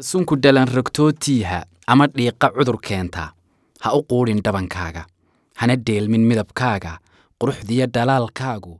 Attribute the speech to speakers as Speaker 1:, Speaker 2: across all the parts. Speaker 1: sunku dhalan rogtootiiha ama dhiiqa cudur keenta ha u quudhin dhabankaaga hana dheelmin midabkaaga quruxdiyo dhalaalkaagu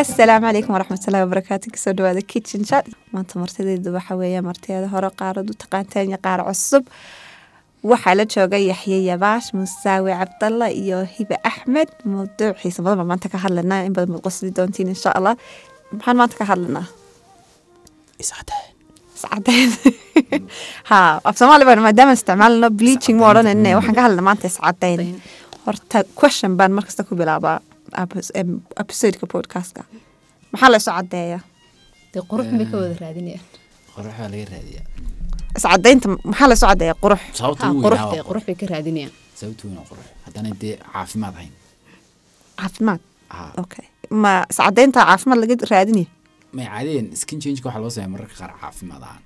Speaker 2: asalaamu calaykum waraxmat ullahi wabarakaatu kusoo dhawaada kitchen chat maanta martidayda waxaa weeye martiyeeda hore qaarad u taqaanteen iyo qaar cusub waxaa la jooga yaxye yabaash musaawi cabdalla iyo hibe axmed mawduuc xiise badan baan maanta ka hadlanaa in badan baad qosli doontiin insha allah maxaan maanta ka hadlanaa iscadeyn ha af soomaali baan maadaama isticmaalno bleaching ma odhanayne waxaan ka hadlanaa maanta iscadeyn horta question baan markasta ku bilaabaa abs- em, episodeka podcastka maxaa la isu cadeeya
Speaker 3: dee qurux bay ka wada raadinayaan
Speaker 1: qurux baa laga raadiyaa
Speaker 2: iscadeynta maxaa la isu cadeeya qurux
Speaker 3: ha
Speaker 1: sababta ugu
Speaker 3: qurux
Speaker 1: weynaa
Speaker 3: dee
Speaker 1: waa
Speaker 3: qurux bay ka raadinayaan
Speaker 1: sababta weynaa waa qurux haddana dee caafimaad ahayn
Speaker 2: caafimaad
Speaker 1: Haa.
Speaker 2: okay ma iscadeynta caafimaad laga raadinaya
Speaker 1: may caadiyan skin changeka waxaa loo sameeya mararka qaar caafimaad ahaan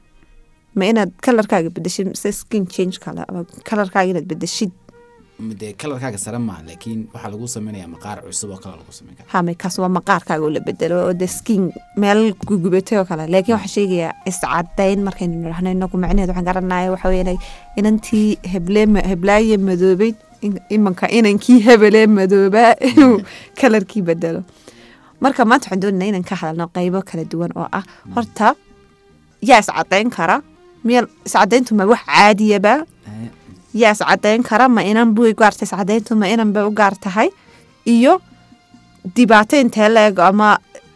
Speaker 2: ma inaad kalarkaaga bedeshid se skin change kale ama kalarkaaga inaad bedeshid
Speaker 1: M- dee kalarkaaga sare maaha laakiin waxaa lagu samaynayaa maqaar cusub oo kale lagu samayn kara
Speaker 2: hame kaas waa maqaarkaaga oo la bedelo oo de skin meel gugubatay oo kale laakiin waxaa sheegayaa iscadeyn markaynu nidhahno inagu macnaheed waxaan garanaya waxa weeye inay inantii heblee ma- heblaaye madoobeyd in- imanka inankii hebelee madoobaa inuu kalarkii bedelo marka maanta waxaan doonayna inaan ka hadalno qeybo kala duwan oo ah horta yaa iscadeyn kara miya iscadeyntu ma wax caadiyaba
Speaker 1: Eh,
Speaker 2: yaa iscadeyn kara ma inan buy gaarta iscadeyntu ma inan bay u gaar tahay iyo dhibaato intee leeg ama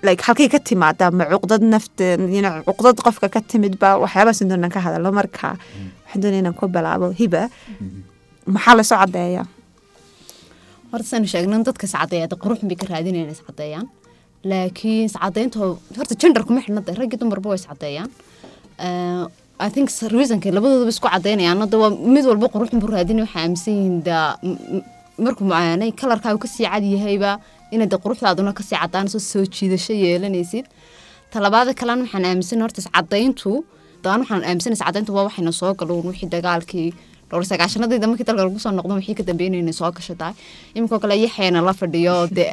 Speaker 2: like halkay ka timaada ma cuqdad nafta ina cuqdad qofka ka timid ba waxyaabahaas in doonaan ka hadalo marka waxaan doonaya inaan ku bilaabo hiba maxaa lasoo cadeeya
Speaker 3: horta saanu sheegnan dadka iscadeeya dee qurux bay ka raadinayaan iscadeeyaan laakiin iscadeynta oo- horta gender kuma xidhna dee raggii dumarba waa iscadeeyaan Eh, i think s- reasonka labadooduba isku cadeynayaan hadda waa mid walba quruxun buu raadinaya waxay aaminsan yihiin daa m- m- markuu macaanay kalarkaagu kasii cad yahayba inaad dee quruxdaaduna kasii cadaanayso soo jiidasho yeelanaysid talabaada kalena waxaan aaminsan horta iscadeyntu daan waxaan aaminsan iscadeyntu waa waxayna soo galoon wixii dagaalkii dhowr sagaashanadayda markii dalka lagu soo noqdo maxii ka dambeeyay inay soo gasho tahay iminkaoo kale yaxeena la fadhiyo dee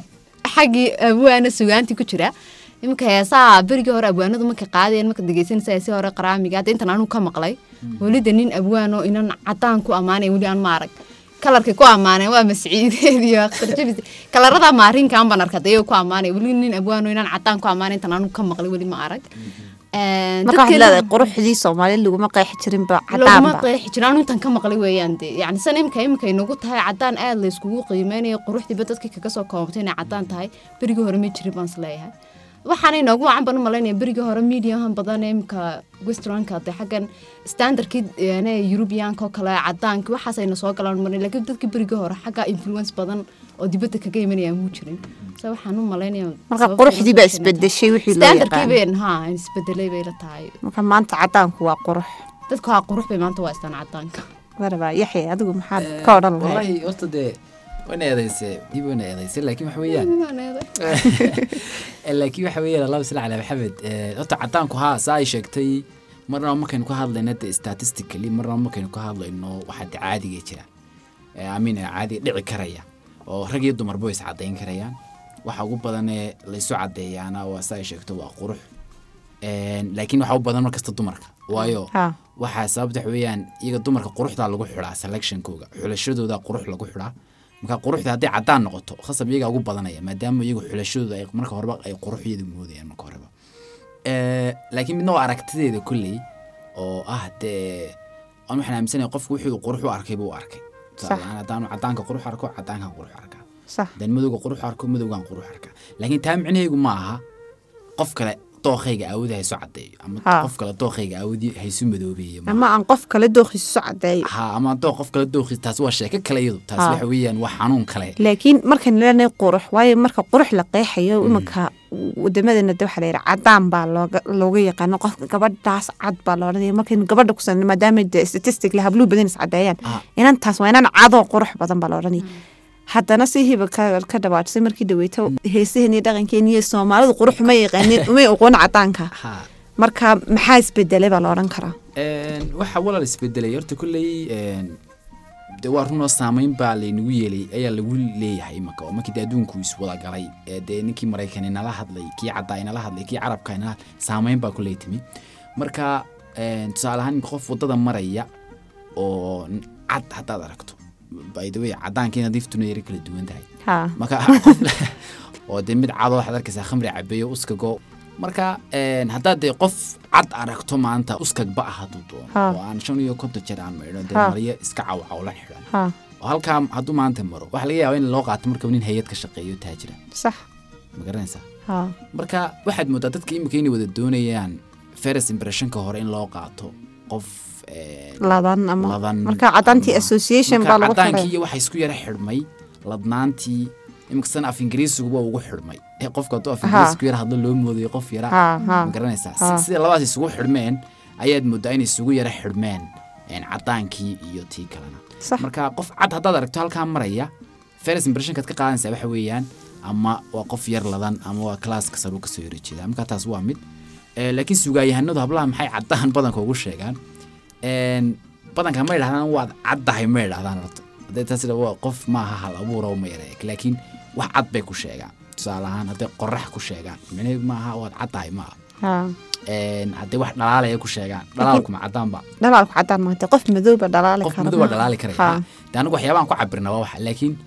Speaker 3: xaggii abwaana sugaantii ku jira iminka heesaa berigii hore abwaanadu markay qaadayeen marka dhegeysanaysa heesii hore qaraamiga hadda intan anuu ka maqlay weli de nin abwaan oo inan cadaan ku ammaanay weli aan ma arag kalarka ku ammaanay waa masciideed iyo akhtarjabis kalarada maarinkan baan arkay dayoo ku ammaanay weli nin abwaano inaan cadaan ku ammaanay intan anigu ka maqlay weli ma arag Een,
Speaker 2: marka waxaad
Speaker 3: dadkeena
Speaker 2: leedahay quruxdii soomaali laguma qeexi jirinba
Speaker 3: laguma
Speaker 2: cadaanba
Speaker 3: qeexi jiro anu intan ka maqlay weeyaan dee yacni san imka imka inagu tahay cadaan aad la iskugu qiimeynayo quruxdiiba dadkii kaga soo koobtay inay cadaan tahay berigii hore ma jirin baan isleeyahay waxaana inoogu wacan baan u malaynaya berigii hore mediumahan badan ee imka westernka dee xaggan standardkii ene yurubiyaanka oo kale cadaanki waxaasayna soo galaan marin laakiin dadkii berigii hore xagga influence badan oo dibadda kaga imanaya muu jirin se waxaan u malaynaya
Speaker 2: marka quruxdii baa isbedeshay wixii loo yaqaan
Speaker 3: standardkiiben ha isbedelay bay la tahay
Speaker 2: marka maanta cadaanku waa qurux
Speaker 3: dadka waa qurux bay maanta waa istaan cadaanka
Speaker 2: maraba yaxye adigu maxaad ka odhan lahayd
Speaker 1: wallahi horta dee wana eedayse dib wana eedayse laakiin waxa weeyaan laakiin waxa weeyaan allah sal cala maxamed eh, horta cadaanku haa saa ay sheegtay marnaba markaynu ka hadlayno de statistically marnaba markaynu ka hadlayno waxaa de caadiga jira Eh, amiin eh, caadi dhici karaya oo rag iyo dumarba way iscadayn karayaan waxa ugu badanee laysu cadeeyaana waa saa ay sheegto waa qurux Een, laakiin waxaa u badan mar kasta dumarka waayo
Speaker 2: Ha.
Speaker 1: waxaa sababta waxa weeyaan iyaga dumarka quruxdaa lagu xidhaa selectionkooga xulashadoodaa qurux lagu xidhaa marka quruxda hadday cadaan noqoto khasab iyagaa ugu badanaya maadaama iyagu xulashadooda ay marka horeba ay quruxyada moodayaan marka horeba Eh, laakiin midna waa aragtideeda kolley oo ah dee aan waxaan aaminsanaya qofku wixii uu qurux u arkay buu arkay
Speaker 2: Sax.
Speaker 1: Tusaale ahaan, haddaan cadaanka qurux arko cadaankan qurux arkaa
Speaker 2: sax
Speaker 1: haddaan madowga qurux arko madowgan qurux arkaa laakiin taa micnaheygu ma aha qof kale dookhayga aawada haysu cadeeyo ama
Speaker 2: Ha.
Speaker 1: qof kale dookhayga aawadi haysu madoobeeyo ma-
Speaker 2: ama aan qof kale dooqiisu soo cadeeyo
Speaker 1: ha ama dooq qof kale dookhis taas waa sheeko kale iyadu taas
Speaker 2: Ha.
Speaker 1: waxa weeyaan waa xanuun kale
Speaker 2: laakiin markaynu leenahay qurux waayo marka qurux la
Speaker 1: Mm.
Speaker 2: qeexayo imanka wadamadeena de waxaa la yidhaha cadaan baa looga looga yaqaano qofka gabadhaas cad baa la odhanaya markaynu gabadha ku sanno maadaama de statistic la habluu badan is cadeeyaan
Speaker 1: Ah.
Speaker 2: inantaas waa inan cadoo qurux badan baa la odhanaya
Speaker 1: Mm.
Speaker 2: haddana si hiba ka ka dhawaatisay markii dhaweyto heesaheen iyo dhaqankeen iyo soomaalidu qurux ma yaqaanin umay oqoon cadaanka
Speaker 1: ha
Speaker 2: marka maxaa isbedelay baa la odhan karaa
Speaker 1: Een, waxa walaal isbedelay horta kolley een, de waa runoo saameyn baa laynagu yeelay ayaa lagu leeyahay imaka oo markii de adduunku iswada galay ee dee ninkii maraykani nala hadlay kii caddaa inala hadlay kii carabka inala hadlay saameyn baa kolley timi marka een, tusaale ahaan qof waddada maraya oo n- cad haddaad aragto by the way caddaankiina diftuna yara kala duwan tahay
Speaker 2: haa
Speaker 1: marka ah, oo dee mid cad oo waxaad arkaysaa khamri cabeeyo uskago marka een, haddaad dee qof cad aragto maanta uskagba ah hadduu doono
Speaker 2: Ha.
Speaker 1: oo aan shan iyo konton jeer aan maydho dee
Speaker 2: Ha.
Speaker 1: maryo iska cawcawla xidhan
Speaker 2: haa
Speaker 1: oo halkaa hadduu maanta maro waxaa laga yaabaa in loo qaato marka nin hay-ad ka shaqeeyo taajira
Speaker 2: sax
Speaker 1: ma garanaysaa
Speaker 2: haa
Speaker 1: marka waxaad moodaa dadka imika inay wada doonayaan feres impressionka hore in loo qaato qof een,
Speaker 2: ladan ama
Speaker 1: ladan
Speaker 2: marka caddaantii
Speaker 1: ama-
Speaker 2: association
Speaker 1: marka
Speaker 2: baa lagu
Speaker 1: cadaankii
Speaker 2: xiray
Speaker 1: iyo waxa isku yara xidhmay ladnaantii iminkasan af ingiriisiguba ugu xidhmay ee qofka hadduu af
Speaker 2: Aha.
Speaker 1: ingiriis ku yara hadlo loo moodayo qof yara
Speaker 2: haa haa
Speaker 1: ma garanaysaa
Speaker 2: Ha.
Speaker 1: Si- sida labadaas isugu xidhmeen ayaad moodaa inay isugu yara xidhmeen een, cadaankii iyo tii kalena
Speaker 2: sax
Speaker 1: marka qof cad haddaad aragto halkaa maraya feres impressionkaad ka qaadanaysaa waxa weeyaan ama waa qof yar ladan ama waa klaaska saruu kasoo yara jeeda marka taas waa mid Eh, laakiin sugaanyahanadu hablaha maxay caddaan badanka ugu sheegaan Een, badanka ma yidhahdaan waad caddahay ma yidhahdaan horta haddee taas ila waa qof maaha hal abuura ma yara eg laakiin wax cad bay ku sheegaan tusaale ahaan hadday qorax ku sheegaan micnaheedu maaha waad caddahay maaha
Speaker 2: haa
Speaker 1: Een, haddii wax dhalaalayo ku sheegaan dhalaalkuma caddaanba
Speaker 2: dhalaalku caddaan maanta qof madowba dhalaali
Speaker 1: qof
Speaker 2: karo
Speaker 1: madow waa dhalaali karaya
Speaker 2: haa
Speaker 1: dee anagu waxyaabaan ku cabirna waa waxa laakiin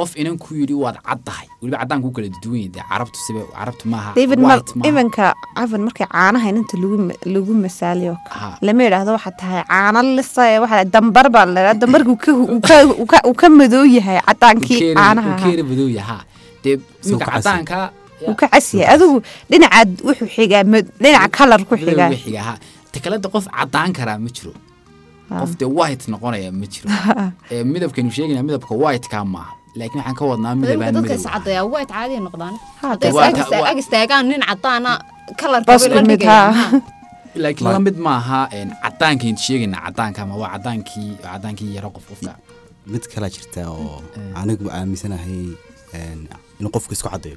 Speaker 1: qof inan ku yidhi waad cad tahay weliba caddaanku u kala duduwan yahay dee carabtu sibe carabtu maaha
Speaker 2: david mar
Speaker 1: white maaha.
Speaker 2: imanka cafan markay caanaha inanta lagu ma- lagu masaaliyo
Speaker 1: Ha.
Speaker 2: lama yidhaahdo waxaa tahay caano lisa ee waxaa dambar baa la yidhaha dambarka uu ka- uu ka- uu ka- uu ka madoo yahay
Speaker 1: Uu
Speaker 2: cadaankii
Speaker 1: keeni-
Speaker 2: caanaha
Speaker 1: uu
Speaker 2: ahaa.
Speaker 1: keeni madow yahay, ha. dee midka
Speaker 4: ka casi.
Speaker 1: caddaanka
Speaker 2: uu ka cas yahay adigu dhinacaad wuxuu xigaa mad- dhinaca kalar ku
Speaker 1: madow
Speaker 2: xigaa
Speaker 1: wuu xigaa, ha. takalada qof caddaan karaa ma jiro qof dee white noqonaya ma jiro Ee, midabkaynu sheegayna midabka whiteka maaha laakiin waxaan ka wadnaa midabaan
Speaker 3: dadka
Speaker 1: midow ahaa.
Speaker 3: iscadeeyaa waa caadi noqdaan
Speaker 2: Haa,
Speaker 3: hadday
Speaker 1: waa-
Speaker 3: is-
Speaker 1: waa-
Speaker 3: ag istaagaan nin cadaana
Speaker 2: Bas
Speaker 3: kalarkaba
Speaker 2: ku mid, haa.
Speaker 1: laakiin la mid maaha een, caddaankaynu sheegayna caddaanka ama waa caddaankii waa caddaankii yaro qof qofka
Speaker 4: mid kalaa jirta oo anigu aaminsanahay een, in qofku isku caddeeyo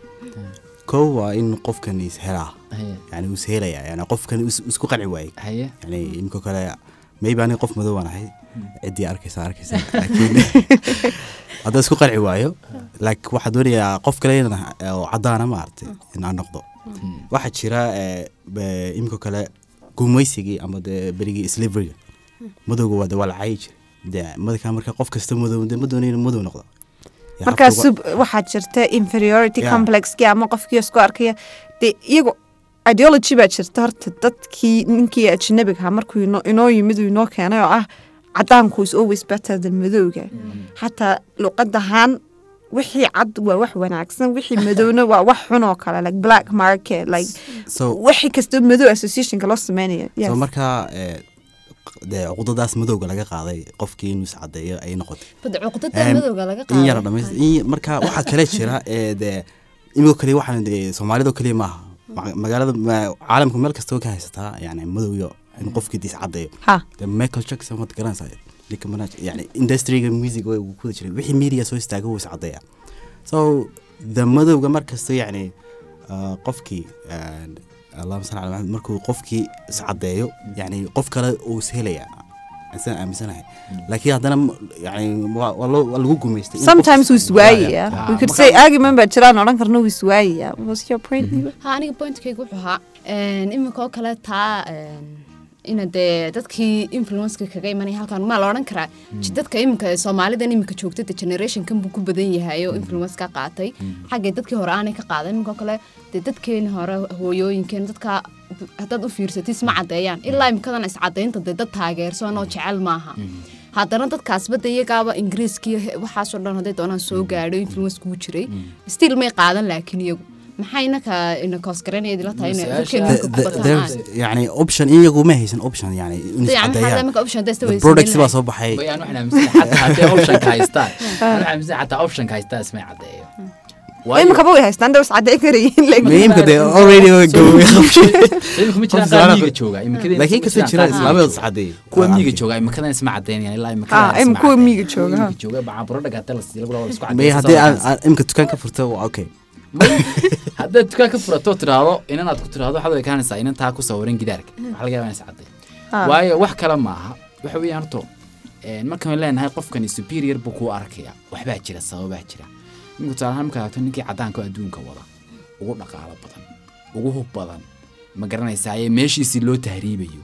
Speaker 4: kow waa in qofkan ishelaa
Speaker 1: haye
Speaker 4: yani uu ishelaya yani qofkan is- isku qanci waayey
Speaker 1: haye
Speaker 4: yani imika kale maybe aniga qof madow aan ahay ciddii arkaysa arkaysa laakiin haddaan isku qanci waayo laakiin waxaa doonayaa qof kale inaan ah- oo caddaana maaragtay in aan noqdo waxaa jira eh, be- imika kale gumaysigii ama dee berigii sliveriga madowga waa de waa la caayi jiray de madaka marka qof kasta madow de ma doonayo inuu madow noqdo Ya,
Speaker 2: markaa
Speaker 4: habka uga-
Speaker 2: sub waxaa jirta inferiority
Speaker 4: Ya.
Speaker 2: complexkii ama qofkii isku arkaya dee iyagu ideology baa jirta horta dadkii ninkii ajnabiga ahaa markuu ino- inoo yimid uu inoo keenay oo ah cadaanku is always better than madowga
Speaker 4: Mm.
Speaker 2: xataa luqad ahaan wixii cad waa wax wanaagsan wixii madowna waa wax xun oo kale like black market like
Speaker 4: so
Speaker 2: wixii kastoo madow associationka loo sameynaya yes.
Speaker 4: so marka eh, dee cuqdadaas madowga laga qaaday qofkii inuu iscadeeyo ay noqotay
Speaker 3: cuqdada madowga laga
Speaker 4: in yara
Speaker 3: qaaday
Speaker 4: dhamays in- marka waxaa kale jira ee dee imiko kaliya waxaan dee soomaalida oo kaliya maaha Ma- magaalada ma- caalamka meel kastaba ka haysataa yani madowyo in qofkii diis caddeeyo
Speaker 2: ha
Speaker 4: dee michael jackson waad garanaysaa Nicki Minaj yani industriga music way uu kuda jiray wixii media soo istaaga wuu iscadeeya so the madowga mar kasta yani ah, qofkii and allahuma salli ala maxamed markuu qofkii iscadeeyo yani qof kale uu is helayaa isaan aaminsanahay laakiin haddana m- yani waa waa loo- waa lagu gumaystay in qofkii
Speaker 2: sometimes wuu
Speaker 4: iscadeeyaa.
Speaker 2: iswaayaya
Speaker 1: Ah,
Speaker 2: we could
Speaker 1: marka-
Speaker 2: say argument baa jiraan odhan karna wuu iswaayaya was your point
Speaker 4: Mm-hmm.
Speaker 2: Eva?
Speaker 3: haa aniga pointkaygu wuxuu ahaa een, iminka oo kale taa een, ina dee dadkii influenceka kaga imanaya halkan maa la odhan karaa dadka iminka ee soomaalida iminka joogta de generationkan buu ku badan yahay oo influence ka qaatay xaggee dadkii hore aanay ka qaadan iminka oo kale dee dadkeena hore hooyooyinkeena dadka haddaad u fiirsatid isma caddeeyaan ilaa imikadan iscaddeynta dee dad taageersan oo jecel maaha haddana dadkaasba de iyagaaba ingiriiskiiyo he- waxaasoo dhan hadday doonaan soo gaadho influence kuu jiray stiil may qaadan laakiin iyagu maxayna ka ina koosgareynaya idila tahay inay
Speaker 1: Mas-aasha-
Speaker 3: dadkeena
Speaker 4: The-
Speaker 3: ku
Speaker 4: the-
Speaker 3: batanaan
Speaker 4: there's- yani option iyagu ma haysan option yani in iscadeeyaan The products baa soo baxay
Speaker 1: Way aan waxaan aaminsan xataa haddii optionka haystaan waxaan aaminsan hataa optionka haystaan ismay caddeeyo Waayo,
Speaker 2: imikaba way haystaan dhaws cadday karayiin laakiin
Speaker 4: muhiimka dee already way gaboway
Speaker 1: imika ma jiraan qaar
Speaker 4: Qofka salaada-
Speaker 1: miyiga jooga imikadan
Speaker 4: laakiin
Speaker 1: ma
Speaker 4: kasta
Speaker 1: jiraan
Speaker 4: jira
Speaker 1: qaar miyiga
Speaker 4: islaamada
Speaker 1: jooga.
Speaker 4: iscadeeyay
Speaker 1: kuwa miyiga jooga imikadan isma caddeynayaan ilaa imikadan
Speaker 2: Ah,
Speaker 1: isma
Speaker 2: im- kuwa
Speaker 1: caddeynayaan.
Speaker 2: miyiga jooga,
Speaker 1: Kuwa
Speaker 2: ha.
Speaker 1: miyiga jooga bacaan buro dhagaatay la siiyo, laba laba la isku
Speaker 4: may
Speaker 1: caddeeyay,
Speaker 4: haddii
Speaker 1: saas oo
Speaker 4: aan aan imka dukaan ka furto waa okay
Speaker 1: kale. May- haddaad dukaan ka furato tiraahdo inanaad ku tiraahdo waxaad way kaanaysaa inan taa ku sawiran gidaarka waxaa laga yaabaa inay sacadday
Speaker 2: Ah.
Speaker 1: waayo wax kale ma aha waxa weeyaan horto een, markaan leenahay qofkani superior buu kuu arkaya waxbaa jira sababaa jira ninku tusaale ahaan markaa aragto ninkii cadaanka oo adduunka wada ugu dhaqaalo badan ugu hub badan ma garanaysaa ee meeshiisii loo tahriibayo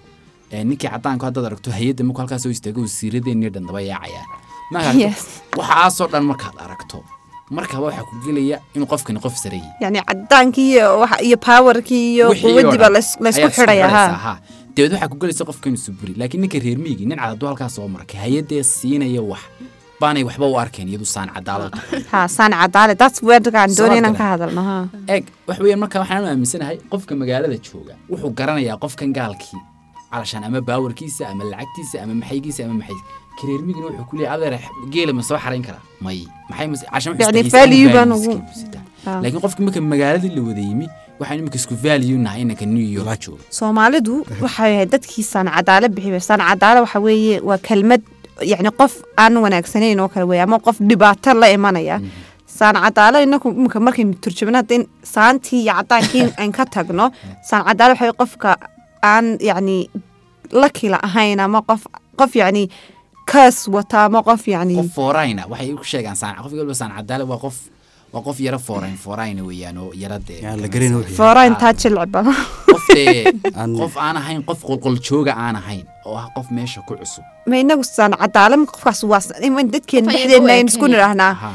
Speaker 1: Ee, ninkii cadaanka haddaad aragto hay-adda markuu halkaas soo istaago uu siiradeennii dhan daba yaacayaan markaa aragto,
Speaker 2: Yes.
Speaker 1: waxaasoo dhan markaad aragto markaba waxaa ku gelaya inuu qofkani qof sare yahay
Speaker 2: yani cadaankii iyo waxa- iyo powerkii iyo
Speaker 1: wixii oo
Speaker 2: quwadii baa
Speaker 1: dhan
Speaker 2: lais- laysku
Speaker 1: ayaad isku
Speaker 2: xidhaya
Speaker 1: xidhaysaa,
Speaker 2: ha
Speaker 1: ha dabeed waxaa ku gelaysa qofka inuu suburi laakiin ninka reer miyiga nin cadadu halkaas soo markay hay-adee siinaya wax baanay waxba u arkeen iyadu saan cadaalad
Speaker 2: ha saan cadaale that's wordkaan
Speaker 1: Soo
Speaker 2: doonay inaan
Speaker 1: dira.
Speaker 2: ka hadalno ha
Speaker 1: eeg wax weeyaan markaa waxaan aaminsanahay qofka magaalada jooga wuxuu garanayaa qofkan gaalkii calashaan ama baawarkiisa ama lacagtiisa ama maxaygiisa ama maxay reer miyigina wuxuu ku leeyahay adeer geela ma soo xarayn karaa may maxay mas- cashan wuxuu
Speaker 2: Yacni
Speaker 1: istahilsan
Speaker 2: value baan
Speaker 1: values-ka
Speaker 2: ugu-
Speaker 1: inuu sitaa.
Speaker 2: Ah.
Speaker 1: laakiin qofka marka magaaladii la wada yimi waxaan imika isku value nahay inanka new york la joogo
Speaker 2: soomaalidu waxay ahayd dadkii saan cadaale bixiba saan cadaale waxa weeye waa kelmad yani qof aan wanaagsanayn oo kale weeye ama qof dhibaato la imanaya saan cadaale inaku imika markaynu turjubnada in saantii iyo cadaankii aan ka tagno saan cadaale waxa weye qofka aan yani la kila ahayn ama qof qof yani kaas wata ama qof yani
Speaker 1: qof foorayna waxay ku sheegaan saan qof walba saan cadaale waa qof waa qof yara foorayn foorayna weeyaan oo yaradee
Speaker 4: Yaa, la garanayn wixii.
Speaker 2: foorayntaa jilciba
Speaker 1: qof dee
Speaker 4: Aan-
Speaker 1: qof aan ahayn qof qolqol jooga aan ahayn oo ah qof meesha ku cusub
Speaker 2: ma inagu saan cadaale ma qofkaas waa dadkeena
Speaker 3: Qof ayaan
Speaker 2: dhexdeena
Speaker 3: u
Speaker 2: aynu isku
Speaker 3: eekayn.
Speaker 2: nidhaahnaa
Speaker 1: Aha.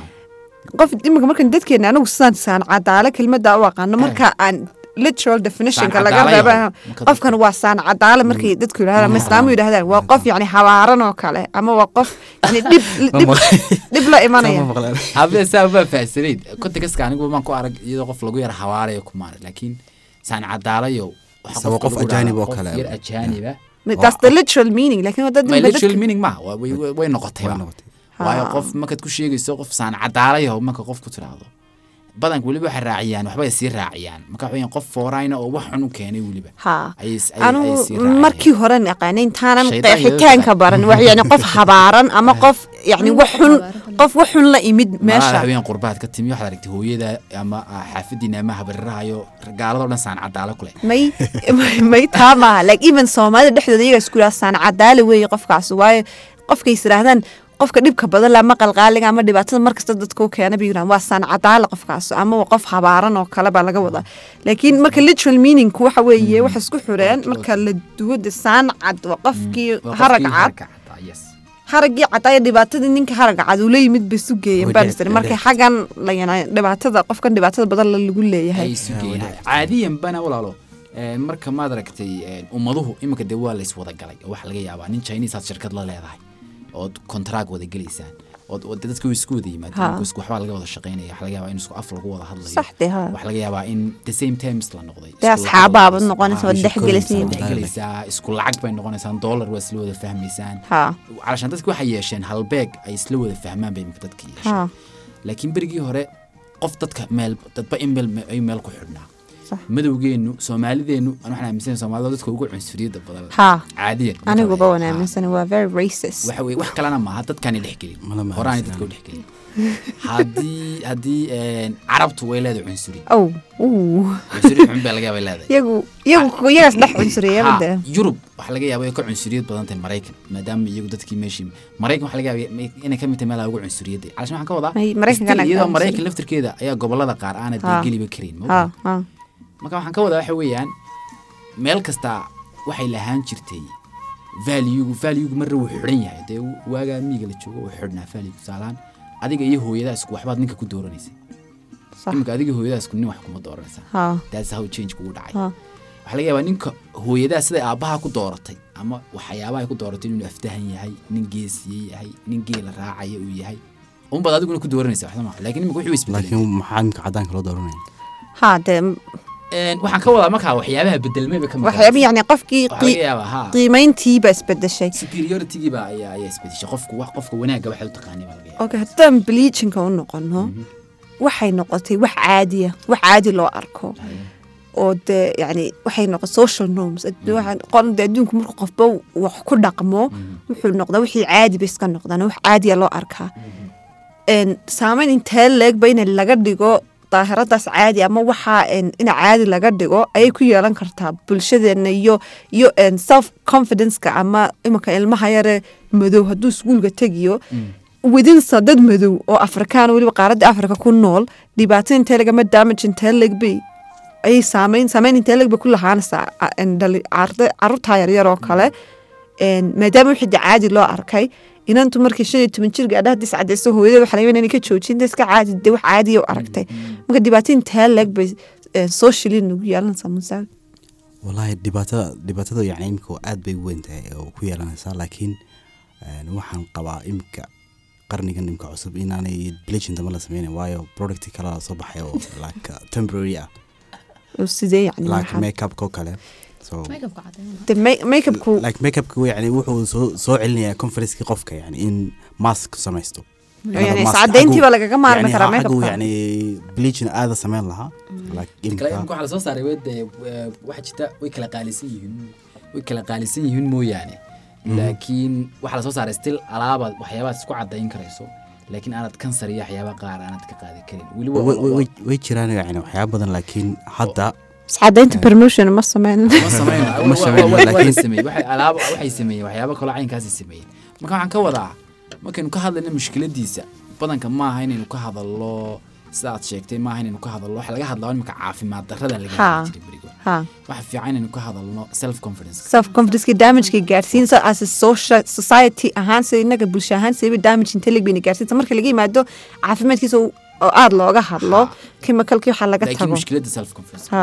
Speaker 2: qof imika markan dadkeena anagu saan saan cadaale kelmada u aqaano marka aan literal definitionka
Speaker 1: Saan
Speaker 2: laga
Speaker 1: cadaale
Speaker 2: reeba
Speaker 1: yahay. Marka
Speaker 2: qofkan waa saan cadaale markay dadku yidhahdaan ama islaamu yidhahdaan waa qof yani habaaran oo kale ama waa qof yani dhib dhib- dhib la imanaya
Speaker 1: habee saa baa fahsanayd kontekastka aniguba maan ku arag iyadoo qof lagu yara hawaarayo kuma arag laakiin saan cadaalayo waxaa
Speaker 4: Sabab
Speaker 1: qofka lagu
Speaker 4: qof
Speaker 1: dhahaa
Speaker 4: ajaanib oo
Speaker 1: qof
Speaker 4: kale.
Speaker 1: yar ajaaniba
Speaker 2: that's the literal meaning laakiin dad
Speaker 1: my
Speaker 2: dad-
Speaker 1: literal meaning ma waa- way- way way noqotay
Speaker 4: Way
Speaker 1: ba.
Speaker 4: noqotay.
Speaker 1: waayo
Speaker 2: Ha.
Speaker 1: qof markaad ku sheegayso qof saan cadaalayo marka qof ku tiraahdo badanka weliba waxay raaciyaan waxbay sii raaciyaan marka waxaweyan qof foorayna oo wax xunu keenay weliba
Speaker 2: ha
Speaker 1: ayay s- ayay- ayay
Speaker 2: anu
Speaker 1: sii raaciyaan.
Speaker 2: markii horen aqaanayn taanan
Speaker 1: Shaytaan iyo
Speaker 2: qeexitaanka baran wax yani qof habaaran ama qof yani wax xun qof wax xun la imid
Speaker 1: meesha
Speaker 2: meesha
Speaker 1: haween qurbaad ka timi waxaad aragtay hooyada ama ah, xaafadiina ama habarirahayo gaaladoo dhan saan cadaalo kule
Speaker 2: may may taa maaha like even soomaalida dhexdooda iyagaa isku yidhaha saan cadaale weeye qofkaas waayo qofkay is yidhaahdaan qofka dhibka badan leh ama qalqaaliga ama dhibaatada markasta dadka u keena bay yidhahan waa saan cadaale qofkaas ama waa qof habaaran oo kale baa laga wadaa laakiin marka literal meaningku waxa weeye waxa isku xureen marka la duwada saan cad waa qofkii
Speaker 1: Waa
Speaker 2: harag
Speaker 1: qofkii
Speaker 2: cad
Speaker 1: haragga cadaa, yes.
Speaker 2: haragii cad ayaa dhibaatadii ninka haragga cad uu la yimid bay sugeeyeen
Speaker 4: Way
Speaker 2: baan
Speaker 4: dhex-
Speaker 2: isiri marka xaggan la- yani dhibaatada qofkan dhibaatada badan la- lagu leeyahay
Speaker 1: Ay sugeen. caadiyan bana walaalo een, marka maad aragtay een, ummaduhu iminka dee waa lays wada galay oo waxaa laga yaabaa nin chinese aad shirkad la leedahay ood kontraag wada gelaysaan ood ood dadka way isku wada
Speaker 2: Ha.
Speaker 1: yimaadeen isku waxbaa laga wada shaqaynaya waxaa laga yaabaa in isku af lagu wada hadlayo
Speaker 2: Saxde, ha.
Speaker 1: waxaa laga yaabaa in the same terms la noqday
Speaker 2: dee
Speaker 1: Isku lacag
Speaker 2: asxaabaa
Speaker 1: wada-
Speaker 2: baad noqonaysa
Speaker 1: Ha,
Speaker 2: waad
Speaker 1: isku
Speaker 2: dhex gelaysiin
Speaker 1: wada dhex-gelaysaa, isku lacag bay noqonaysaan dollar waa isla wada fahmaysaan
Speaker 2: ha
Speaker 1: calashaan dadki waxay yeesheen halbeeg ay isla wada fahmaan bay iminka dadka
Speaker 2: Ha.
Speaker 1: yeesheen laakiin berigii hore qof dadka meel dadba in meel ay meel ku xidhnaa
Speaker 2: Sax.
Speaker 1: madowgeennu soomaalideennu aan waxaan aaminsanayn soomaalida dadka ugu cunsuriyadda badan
Speaker 2: Ha.
Speaker 1: caadiyan
Speaker 2: aniguba waan
Speaker 1: Ha.
Speaker 2: aaminsanay waa very racist
Speaker 1: waxa weye wax kalena maaha dadkaanay dhexgelin
Speaker 4: Mala ma
Speaker 1: horaanay
Speaker 4: aaminsanaa.
Speaker 1: dadka u dhexgelin haddii haddii een, carabtu way leedahay cunsuri
Speaker 2: ow uu
Speaker 1: cunsuri xun baa laga yaaba ay leedahay
Speaker 2: iyagu iyagu iyagaas dhex cunsuriyaba dee
Speaker 1: Ha, Yurub waxaa laga yaabay ka cunsuriyad badan tahay Mareykan maadaama iyagu dadkii meeshii Mareykan waxaa laga yaabay inay ka mid tahay meelaha ugu cunsuriyadda ah. calashan waxaan ka wadaa
Speaker 2: Ay, Mareykanka
Speaker 1: still
Speaker 2: anaga
Speaker 1: iyadoo
Speaker 2: ka
Speaker 1: Mareykan
Speaker 2: cunsurin.
Speaker 1: laftirkeeda ayaa gobolada qaar aana
Speaker 2: Ha.
Speaker 1: deegeliba karin ma
Speaker 2: ha
Speaker 1: ogtahay?
Speaker 2: ha
Speaker 1: marka waxaan ka wadaa waxa weeyaan meel kasta waxay lahaan jirtay valuegu valuegu marna wuu xidhan yahay dee waagaa miiga la joogo wuu xidhnaa valuegu tusaalahaan adiga iyo hooyadaa isku waxbaad ninka ku dooranaysay
Speaker 2: sax
Speaker 1: iminka adiga hooyadaa isku nin wax kuma dooranaysaa
Speaker 2: ha
Speaker 1: that's how change kugu dhacay
Speaker 2: Ha.
Speaker 1: waxaa laga yaabaa ninka hooyadaa siday aabbaha ku dooratay ama waxyaabaha ay ku dooratay inuu afdahan yahay nin geesiye yahay nin geela raacaya uu yahay unbaad adiguna ku dooranaysa waxda maaha laakiin imika wuxuu isbedelay
Speaker 4: laakiin maxaa imika cadaanka loo dooranaya
Speaker 2: ha dee m-
Speaker 1: waxaan ka wadaa markaa waxyaabaha bedelmayba ka maqan.
Speaker 2: waxyaaba yani qofkii
Speaker 1: waxaa laga yaabaa ha
Speaker 2: qiimayntiibaa isbedeshay
Speaker 1: superioritygiiba ayaa ayaa isbedeshay qofku wax qofka wanaagga waxay u taqaanay baa laga yaabaa
Speaker 2: okay haddaan bleachinka u noqono waxay noqotay wax caadiya wax caadi loo arko oo dee yani waxay noqon يعني social norms Ad- waxaan- qol- dee adduunku markuu qofba wax ku dhaqmo wuxuu noqdaa wixii caadi ba iska noqdaan oo wax caadiya loo arkaa En, saameyn intee leeg ba in laga dhigo daahiradaas caadi ama waxaa in caadi laga dhigo ayay ku yeelan kartaa bulshadeena iyo iyo self confidenceka ama imanka ilmaha yare madow hadduu iskuulka tegiyo widinsa dad madow oo afrikaan weliba qaaradda africa ku nool dhibaato intee lagama damage intee legbay ayay saamayn saamayn intee legbay ku lahaanaysaa caruurtaa yaryar oo kale maadaama wixii de caadi loo arkay inantu markii shan iyo toban jirga adhaha discadayso hooyadeed waxaa laga yaabaa inay ka joojin de iska caadi de wax caadiya u aragtay marka dhibaato intee leeg bay socially nagu yeelanaysaa musaawi
Speaker 4: wallaahi dhibaatada dhibaatada yacni imika aad bay u weyn tahay oo ku yeelanaysaa laakiin een, waxaan qabaa imika qarnigan imika cusub inaanay bleaching dama la sameynin waayo product kala soo baxay oo like uh, temporary ah
Speaker 2: oo sidee yani
Speaker 4: like
Speaker 2: waxaa-
Speaker 4: makeupko kale so
Speaker 3: Makeup-ka cadeen.
Speaker 2: de ma- make-upku
Speaker 4: like makeupku yani wuxuu soo soo celinayaa confidenceki qofka yani in mask samaysto
Speaker 2: yani iscadayntiiba lagaga maarmi karaa
Speaker 4: makeup
Speaker 2: make-upka
Speaker 4: yani bleaching aada sameyn lahaa like
Speaker 1: kale
Speaker 4: imika
Speaker 1: imka waxaa lasoo saaray wede waxa jirta way kala qaalisan yihiin way kala qaalisan yihiin mooyaane laakiin waxaa lasoo saaray still alaabaad waxyaabaad isku cadayn karayso laakiin aanad kansar iyo waxyaabaha qaar aanad ka qaadi karin weliba
Speaker 4: way- way-
Speaker 1: waa-
Speaker 4: way- way jiraan yani waxyaaba badan laakiin hadda
Speaker 2: iscadaynta promotion ma sameynin
Speaker 1: ma sameyn-
Speaker 4: Ma
Speaker 1: wa- wa-
Speaker 4: sameyn,
Speaker 1: wa- wa-
Speaker 4: laakiin-
Speaker 1: waxay sameeyeen, waxay- alaaba- waxay sameeyeen waxyaabo kaloo caynkaasay sameeyeen marka waxaan ka wadaa markaynu ka hadlayno mushkiladiisa badanka maaha inaynu ka hadallo sida aad sheegtay maaha inaynu ka hadallo waxa laga hadlaa marka caafimaad darrada laga
Speaker 2: Ha.
Speaker 1: hadli jiray berigo
Speaker 2: ha
Speaker 1: waxa fiican inaynu ka hadalno self confidence
Speaker 2: self confidence damage-ka gaarsiinsa as a social society ahaan sida inaga bulsho ahaan sidaba damage intelig bayna gaarsiinsa marka laga yimaado caafimaadkiisa oo oo aada looga hadlo chemicalkii waxaa laga
Speaker 1: laakiin
Speaker 2: tago
Speaker 1: mushkiladda self confidence
Speaker 2: ha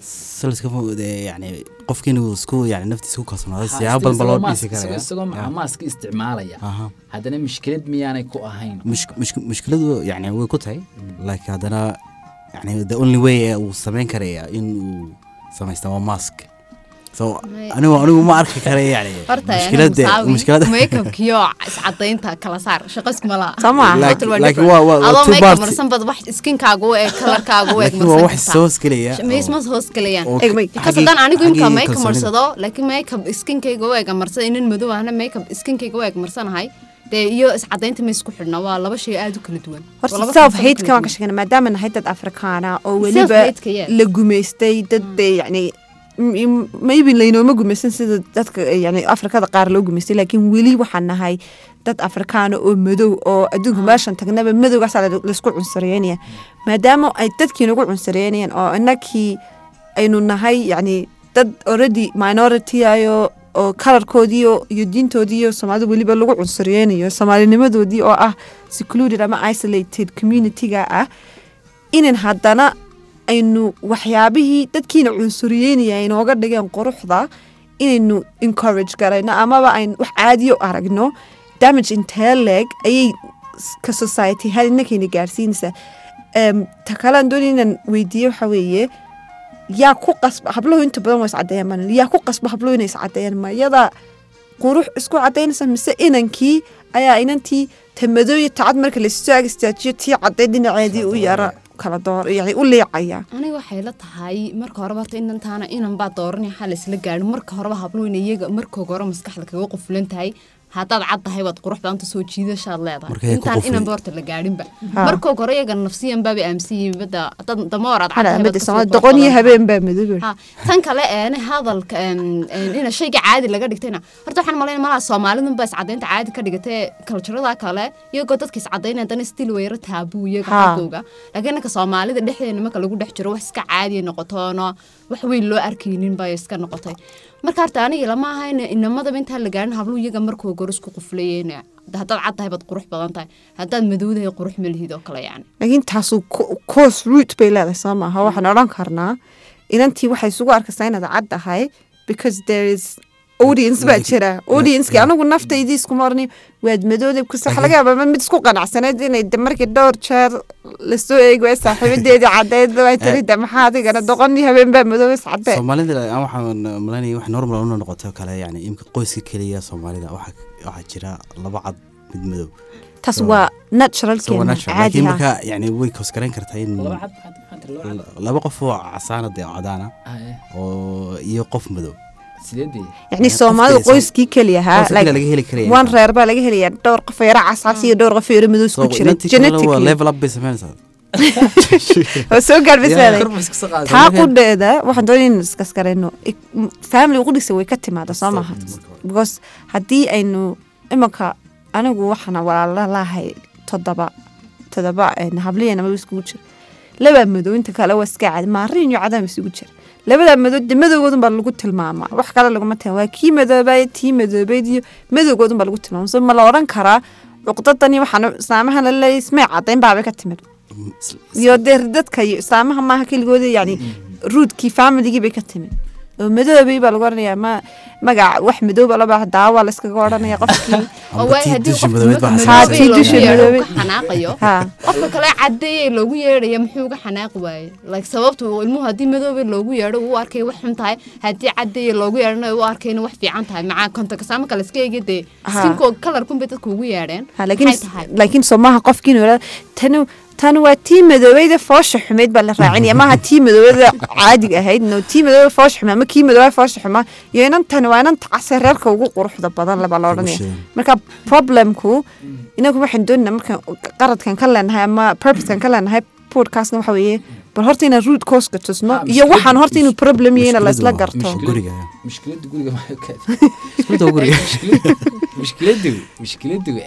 Speaker 4: salska yani qofka inuu isku yani naftiisa ku kalsoonaaday
Speaker 1: Ha,
Speaker 4: siyaabo
Speaker 1: isagoo
Speaker 4: badan ba loo
Speaker 1: mask-
Speaker 4: dhisi
Speaker 1: isagoo-
Speaker 4: karaya
Speaker 1: isagoo
Speaker 4: Ya.
Speaker 1: maaska isticmaalaya
Speaker 4: Aha.
Speaker 1: haddana mushkilad miyaanay ku ahayn
Speaker 4: Mush- mush- mushkiladu yani way ku tahay laakiin haddana yani يعني the only way ee uu samayn karaya in uu samaysta waa mask so
Speaker 3: May-
Speaker 4: anigu anigu ma arki kare yani
Speaker 3: Horta, aniga
Speaker 4: mushkiladda
Speaker 3: Musaawi,
Speaker 4: mushkiladda
Speaker 3: make-upka iyo iscadaynta kala saar shaqo isku malaha
Speaker 2: Soo ma aha.
Speaker 4: Laakiin-
Speaker 3: Total waa
Speaker 4: laakiin
Speaker 3: different.
Speaker 4: waa- waa- waa
Speaker 3: Adoo
Speaker 4: two
Speaker 3: make-up
Speaker 4: parts.
Speaker 3: marsan baad wax skinkaaga u eg kalarkaaga u eg
Speaker 4: laakiin
Speaker 3: marsan
Speaker 4: waa wax
Speaker 3: kartaa.
Speaker 4: soos gelaya
Speaker 3: Meesmaas hoos gelayaan
Speaker 4: oo- oo
Speaker 2: Eeg, may-
Speaker 4: xaggii-
Speaker 3: kasadaan anigu
Speaker 4: xaggii
Speaker 3: inkaa make-up
Speaker 4: kalsoonida.
Speaker 3: marsado laakiin make-up skinkayga u eg marsada inan madow ahna make-up skinkayga u eg marsanahay dee iyo iscadaynta ma isku xidhna waa laba shay aad u kala duwan Waa
Speaker 2: horta
Speaker 3: laba
Speaker 2: self
Speaker 3: concept oo
Speaker 2: hate-ka
Speaker 3: kala
Speaker 2: waan ka
Speaker 3: duwan.
Speaker 2: sheegana maadaama nahay dad afrikaana oo weliba
Speaker 3: Self-hate-ka, yes.
Speaker 2: la gumaystay dad dee yacni m- m- maybe laynooma gumaysan sida dadka yani afrikada qaar loo gumaystay laakiin weli waxaan nahay dad afrikaana oo madow oo adduunka meeshan tagnaba madowgaasaa la- laysku cunsareynaya maadaama ay dadkii nagu cunsareynayeen oo inakii aynu nahay yacni dad already minority ayo oo kalarkoodiiyo iyo diintoodii iyo soomaalida weliba lagu cunsureynayo soomaalinimadoodii oo ah secluded ama isolated communityga ah inan haddana aynu waxyaabihii dadkiina cunsuryeynaya ay nooga dhigeen quruxda inaynu encourage garayno amaba aynu wax caadiyo aragno damage intee leeg ayay s- ka society hal inankayna gaarsiinaysaa Em, Ehm, ta kale aan doonay inaan weydiiyo waxaa weeye yaa ku qasba habluhu inta badan waa iscadeeyaan maan yaa ku qasba habluhu inay iscadeeyaan ma yadaa qurux isku cadaynaysa mise inankii ayaa inantii tamadoo iyo tacad marka laisoo ag istaajiyo tii cadeyn dhinaceedii u yara kala door yani u liicaya
Speaker 3: aniga waxay la tahay marka horeba horta inantaana inanbaa dooranaya xal isla gaadhin marka horeba habloweyna iyaga markooga hore maskaxda kaga qufulan tahay haddaad cad tahay waad qurux badanta soo jiidashaad
Speaker 4: Marka
Speaker 3: leedahay
Speaker 4: ay ku
Speaker 3: intaan
Speaker 4: quflay.
Speaker 3: inanba horta la gaadhinba
Speaker 2: Ha.
Speaker 3: markooga hore iyaga nafsiyan baabay aaminsan yihiin badda haddaad damoor aad cad tahay
Speaker 2: xalaamada
Speaker 3: baad kasoo
Speaker 2: soomaali
Speaker 3: qurux
Speaker 2: doqon iyo
Speaker 3: badan.
Speaker 2: habeen baa madow
Speaker 3: Ha, Ah, tan kale een hadalka een, een, ina shayga caadi laga dhigtayna horta waxaan malayn malaha soomaalidun ba iscadaynta caadi ka dhigatee kaljarada kale iyagoo dadka iscadaynaya dana stil weyro taabuu iyaga
Speaker 2: Ha.
Speaker 3: xaggooga laakiin ninka soomaalida dhexdeena marka lagu dhex jiro wax iska caadiya noqotoono wax weyn loo arkaynin bay iska noqotay marka horta aniga lama aha in inamadaba intaan la gaarin habluu iyaga markoo gore isku quflayeen haddaad cad tahay baad qurux badan tahay haddaad madowdahay qurux ma lihid oo kale yani
Speaker 2: laakiin taasu coos root bay leedahay soo maaha waxaan
Speaker 4: Mm.
Speaker 2: odhan karnaa inantii waxay isugu arkaysaa inaad cad tahay because there is audience baa jira audienceki anigu naftaydi
Speaker 4: Mm.
Speaker 2: iskuma orani waad madoodeb kuse waxaa laga yaabaa mid isku qanacsanayd inay de markii dhowr jeer lasoo eegi waay saaxiibadeedii cadeyd waa tiri de maxaa adigana doqon iyo habeen baa madoob is cadee
Speaker 4: soomaalida aan waxaan malaynaya wax normal una noqoto kale yani imka qoyska keliya soomaalida waxa waxaa jira laba cad mid madow
Speaker 2: taas waa natural
Speaker 4: so waa
Speaker 2: keena
Speaker 4: natural يعني
Speaker 2: caadi
Speaker 4: laakiin
Speaker 2: ah
Speaker 4: marka yani way koskarayn kartaa in
Speaker 1: laba cad cad- cad laba cad
Speaker 4: laba qof oo casaana dee cadaana
Speaker 1: Ah, eh,
Speaker 4: oo iyo qof madow
Speaker 1: sideedii
Speaker 2: yacni
Speaker 4: qofka
Speaker 2: soomaalidu
Speaker 4: isan-
Speaker 2: qoyskii keliya ahaa
Speaker 4: qoyska keliya laga heli karaya.
Speaker 2: wan reer baa laga helaya dhowr qof oo yara cascas iyo dhowr qof oo yara madow isku
Speaker 4: So,
Speaker 2: jira
Speaker 4: inantii kalena waa
Speaker 2: genetically
Speaker 4: level up bay samaynaysaa
Speaker 2: oo soo gaadhbisaaday taa
Speaker 4: taa
Speaker 2: qudheeda waxaan doonaya inaan iskaskarayno family qudhigsa way ka timaada soo maha because haddii aynu imanka anigu waxaana walaala lahay eh, todoba todoba habliyeenamaba iskugu jira labaa madow inta kale waa iska cad maarin iyo cadaam isugu jira labadaa madow de madowgoodun baa lagu tilmaamaa wax kale laguma tilmaam waa kii madoobay tii madoobayd iyo madowgoodun baa lagu tilmaama so ma la oran karaa cuqdadani waxaan islaamahan laleeyahy ismay cadayn baabay ka timid iyo dee dadka iyo islaamaha maaha keligooda yani ruudkii faamiligii bay ka timid oo madoobay baa lagu oranayaa ma magac wax madooba laba daawa la iskaga oranaya qofkii
Speaker 3: oo waay haddii qofka marka
Speaker 2: xanaaqay.
Speaker 3: madoobay loogu
Speaker 2: Tii dusha
Speaker 3: yeero
Speaker 2: madoobay.
Speaker 3: ka xanaaqayo
Speaker 2: ha
Speaker 3: qofka kale cadeeye loogu yeerhaya muxuu uga xanaaqi waaye like sababtu ilmuhu haddii madoobe loogu yeedho uu arkay wax xun tahay haddii cadeeye loogu yeedhana uu arkay inuu wax fiican tahay macaa kontaksaama kale iska eegi dee
Speaker 2: Ha.
Speaker 3: sinkoo kalarkunbay dadka ugu yeedheen
Speaker 2: ha laakiin
Speaker 3: maxay tahay
Speaker 2: laakiin soo maaha qofkii inuu yidhahdo, tanu tanu waa tii madoobayda foosha xumeyd baa la raacinaya maaha tii madoobayda caadiga ahayd no tii madoobayda foosha xuma ama kii madoobay foosha xuma iyo inan tani waa inan tacase reerka ugu quruxda badan laba la odhanaya
Speaker 4: Ugu
Speaker 2: marka problemku inagu waxaan doonayna markaan qaradkan ka leenahay ama purposekan ka leenahay podcastna waxa weeye bal horta inaan root cause ka tusno
Speaker 1: Ah,
Speaker 2: iyo
Speaker 1: mushkilad-
Speaker 2: waxaan horta inuu problem yahay in la isla
Speaker 4: mushkiladu waa-
Speaker 2: garto
Speaker 4: mushkil- guriga.
Speaker 1: mushkilada guriga waxay ka
Speaker 4: guriga
Speaker 1: mushkiladu mushkiladu